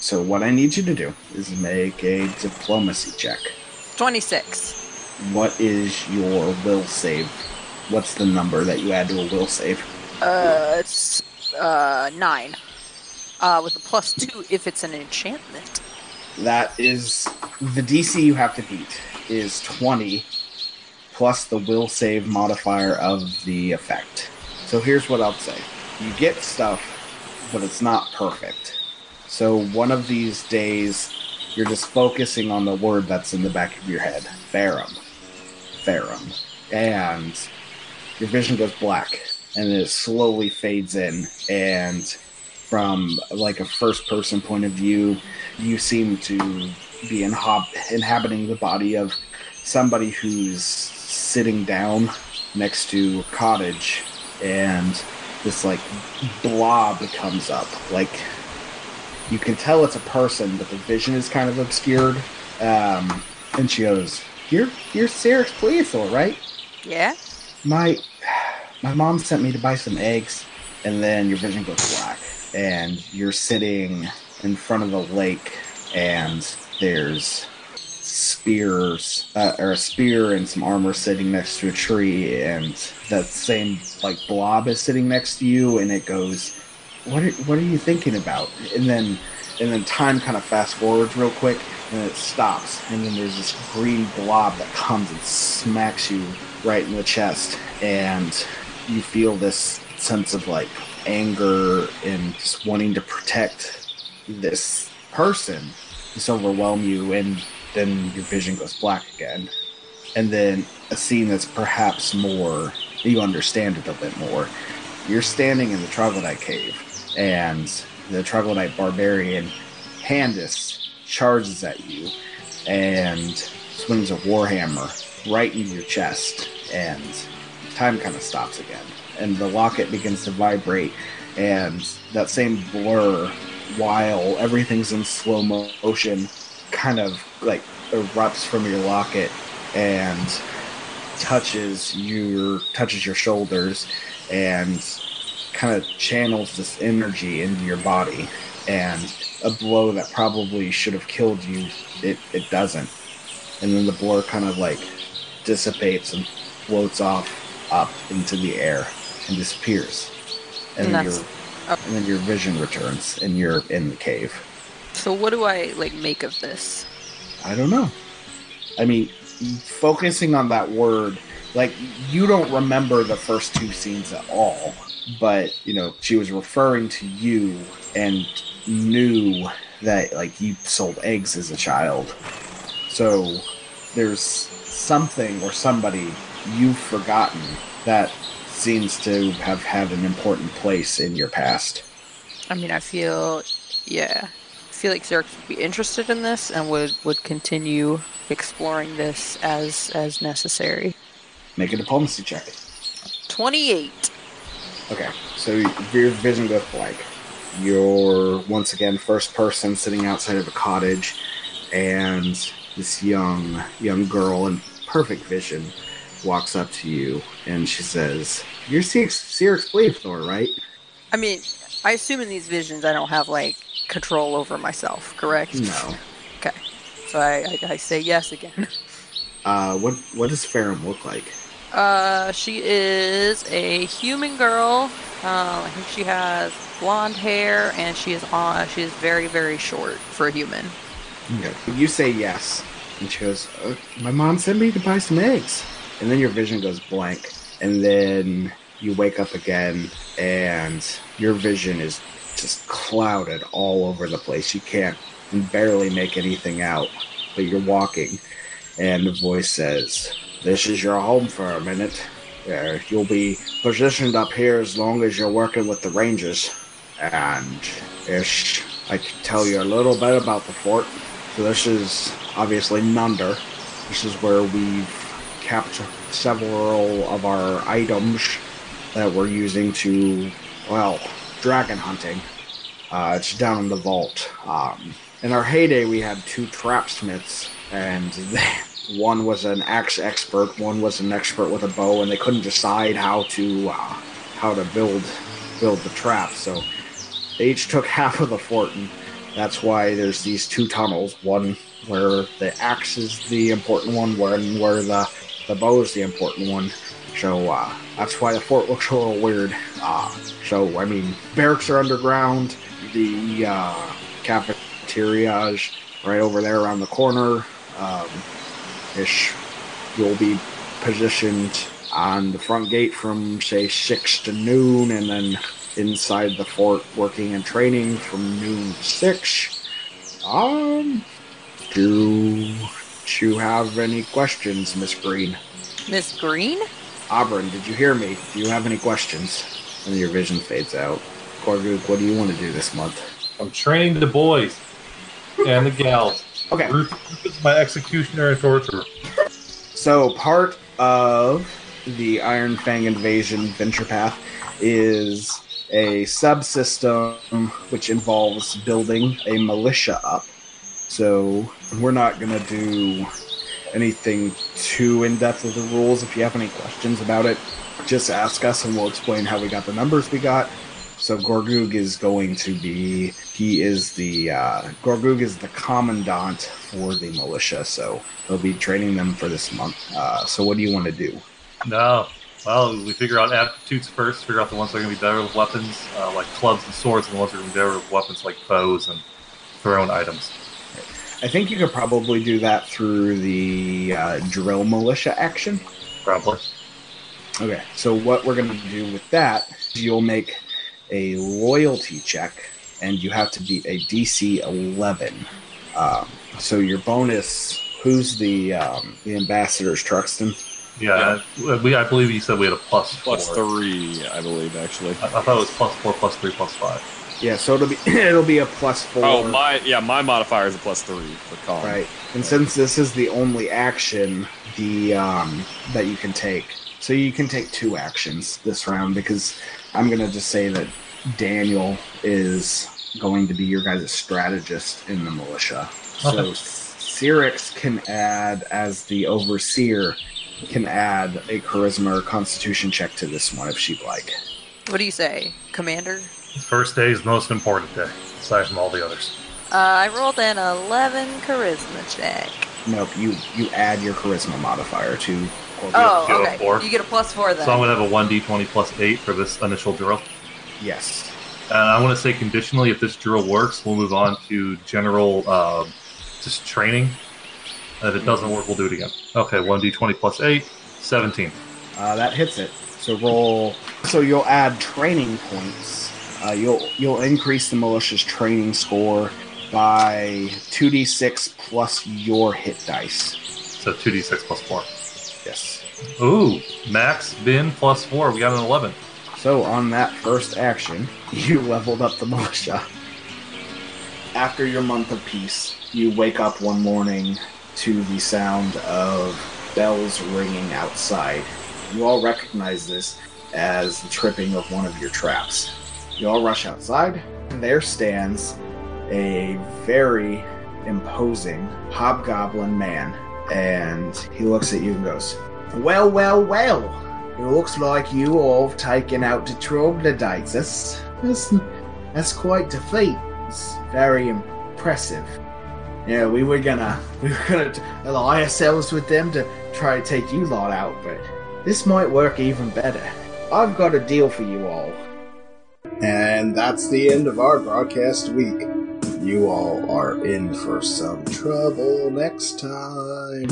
[SPEAKER 4] So, what I need you to do is make a diplomacy check.
[SPEAKER 5] 26.
[SPEAKER 4] What is your will save? What's the number that you add to a will save?
[SPEAKER 5] Uh, it's uh, 9. Uh, with a plus 2 if it's an enchantment.
[SPEAKER 4] That is the DC you have to beat is 20 plus the will save modifier of the effect. So here's what I'll say. You get stuff, but it's not perfect. So one of these days you're just focusing on the word that's in the back of your head. Farum. Farum. And your vision goes black and it slowly fades in and from like a first person point of view you seem to be inhob- inhabiting the body of somebody who's sitting down next to a cottage and this like blob comes up like you can tell it's a person but the vision is kind of obscured um, and she goes you're you're Sarah's police all right
[SPEAKER 5] Yeah?
[SPEAKER 4] my my mom sent me to buy some eggs and then your vision goes black and you're sitting in front of a lake and there's spears uh, or a spear and some armor sitting next to a tree and that same like blob is sitting next to you and it goes what are, what are you thinking about and then and then time kind of fast forwards real quick and it stops and then there's this green blob that comes and smacks you right in the chest and you feel this sense of like anger and just wanting to protect this person just overwhelm you and then your vision goes black again and then a scene that's perhaps more you understand it a bit more you're standing in the troglodyte cave and the troglodyte barbarian handis charges at you and swings a warhammer right in your chest and time kind of stops again and the locket begins to vibrate and that same blur while everything's in slow mo- motion kind of like erupts from your locket and touches your touches your shoulders and kind of channels this energy into your body and a blow that probably should have killed you it, it doesn't and then the blur kind of like dissipates and floats off up into the air and disappears and,
[SPEAKER 5] And
[SPEAKER 4] then
[SPEAKER 5] that's-
[SPEAKER 4] your,
[SPEAKER 5] oh.
[SPEAKER 4] and then your vision returns and you're in the cave
[SPEAKER 5] So what do I, like, make of this?
[SPEAKER 4] I don't know. I mean, focusing on that word, like you don't remember the first two scenes at all, but you know she was referring to you and knew that like you sold eggs as a child, so there's something or somebody you've forgotten that seems to have had an important place in your past.
[SPEAKER 5] I mean, I feel, yeah, I feel like Xerx would be interested in this and would would continue exploring this as as necessary.
[SPEAKER 4] Make a diplomacy check.
[SPEAKER 5] Twenty eight.
[SPEAKER 4] Okay, so your vision goes blank. You're once again first person sitting outside of a cottage, and this young young girl in perfect vision walks up to you and she says, "You're Sirius Blaithor, right?"
[SPEAKER 5] I mean, I assume in these visions I don't have like control over myself, correct?
[SPEAKER 4] No.
[SPEAKER 5] So I I, I say yes again.
[SPEAKER 4] Uh, what what does Farum look like?
[SPEAKER 5] Uh, she is a human girl. Um, I think she has blonde hair and she is on. She is very very short for a human.
[SPEAKER 4] You say yes, and she goes, uh, "My mom sent me to buy some eggs." And then your vision goes blank, and then you wake up again, and your vision is just clouded all over the place. You can't and barely make anything out, but you're walking, and the voice says, "This is your home for a minute. Uh, you'll be positioned up here as long as you're working with the rangers, and ish." I can tell you a little bit about the fort. So this is obviously Nunder. This is where we've captured several of our items that we're using to, well, dragon hunting. Uh, it's down in the vault. Um, in our heyday, we had two trap smiths, and one was an axe expert, one was an expert with a bow, and they couldn't decide how to uh, how to build build the trap. So they each took half of the fort, and that's why there's these two tunnels. One where the axe is the important one, one where the the bow is the important one. So uh, that's why the fort looks a little weird. Uh, so I mean, barracks are underground. The uh, cafeteria is right over there around the corner. Um, ish, you'll be positioned on the front gate from say six to noon, and then inside the fort working and training from noon to six. Um, do you have any questions, Miss Green?
[SPEAKER 5] Miss Green?
[SPEAKER 4] Auburn, did you hear me? Do you have any questions? And your vision fades out. Corgook, what do you want to do this month?
[SPEAKER 6] I'm training the boys and the gals.
[SPEAKER 4] Okay,
[SPEAKER 6] Rufus is my executioner and torturer.
[SPEAKER 4] so part of the Iron Fang Invasion venture path is a subsystem which involves building a militia up. So we're not going to do anything too in depth with the rules. If you have any questions about it, just ask us and we'll explain how we got the numbers we got. So Gorgug is going to be he is the uh, Gorgug is the commandant for the militia, so he'll be training them for this month. Uh, so what do you want to do?
[SPEAKER 6] No. Well, we figure out aptitudes first, figure out the ones that are going to be better with weapons, uh, like clubs and swords, and the ones that are going to be better with weapons like bows and thrown items.
[SPEAKER 4] I think you could probably do that through the uh, drill militia action.
[SPEAKER 6] Probably.
[SPEAKER 4] Okay, so what we're going to do with that is you'll make a loyalty check, and you have to beat a DC 11. Um, so your bonus, who's the um, the ambassador's Truxton?
[SPEAKER 6] Yeah, we. I believe you said we had a plus four.
[SPEAKER 3] Plus three, I believe, actually.
[SPEAKER 6] I, I thought it was plus four, plus three, plus five.
[SPEAKER 4] Yeah, so it'll be it'll be a plus four.
[SPEAKER 3] Oh, my, yeah, my modifier is a plus three for calm.
[SPEAKER 4] Right. And since this is the only action the um, that you can take, so you can take two actions this round because I'm gonna just say that Daniel is going to be your guys' strategist in the militia. So
[SPEAKER 6] Okay.
[SPEAKER 4] Cyrix can add as the overseer can add a charisma or constitution check to this one if she'd like.
[SPEAKER 5] What do you say, Commander?
[SPEAKER 6] First day is the most important day, aside from all the others.
[SPEAKER 5] Uh, I rolled an 11 charisma check.
[SPEAKER 4] Nope, you you add your charisma modifier to
[SPEAKER 5] Oh,
[SPEAKER 6] get a
[SPEAKER 5] okay.
[SPEAKER 6] four.
[SPEAKER 5] You get a plus four then.
[SPEAKER 6] So I'm gonna have a one d20 plus eight for this initial drill.
[SPEAKER 4] yes.
[SPEAKER 6] And I want to say conditionally, if this drill works, we'll move on to general um just training. And if it doesn't work, we'll do it again. Okay, 1d20 plus 8, 17.
[SPEAKER 4] Uh, that hits it. So roll. So you'll add training points. Uh, you'll you'll increase the militia's training score by two d six plus your hit dice.
[SPEAKER 6] So 2d6 plus 4.
[SPEAKER 4] Yes.
[SPEAKER 6] Ooh, max bin plus 4. We got an 11.
[SPEAKER 4] So on that first action, you leveled up the militia. After your month of peace, you wake up one morning to the sound of bells ringing outside. You all recognize this as the tripping of one of your traps. You all rush outside, and there stands a very imposing hobgoblin man, and he looks at you and goes, Well, well, well. It looks like you all have taken out the troglodytes. That's, that's, that's quite the feat. It's very impressive. Yeah, we were gonna we were gonna t- ally ourselves with them to try to take you lot out, but this might work even better. I've got a deal for you all.
[SPEAKER 1] And that's the end of our broadcast week. You all are in for some trouble next time.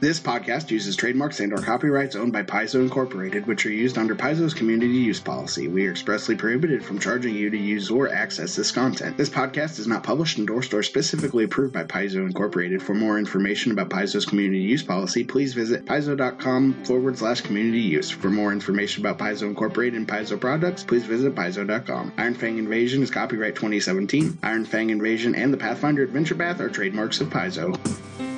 [SPEAKER 9] This podcast uses trademarks and/or copyrights owned by Paizo Incorporated, which are used under Paizo's community use policy. We are expressly prohibited from charging you to use or access this content. This podcast is not published, endorsed, or specifically approved by Paizo Incorporated. For more information about Paizo's community use policy, please visit paizo.com forward slash community use. For more information about Paizo Incorporated and Paizo products, please visit paizo.com. Iron Fang Invasion is copyright 2017. Iron Fang Invasion and the Pathfinder Adventure Path are trademarks of Paizo.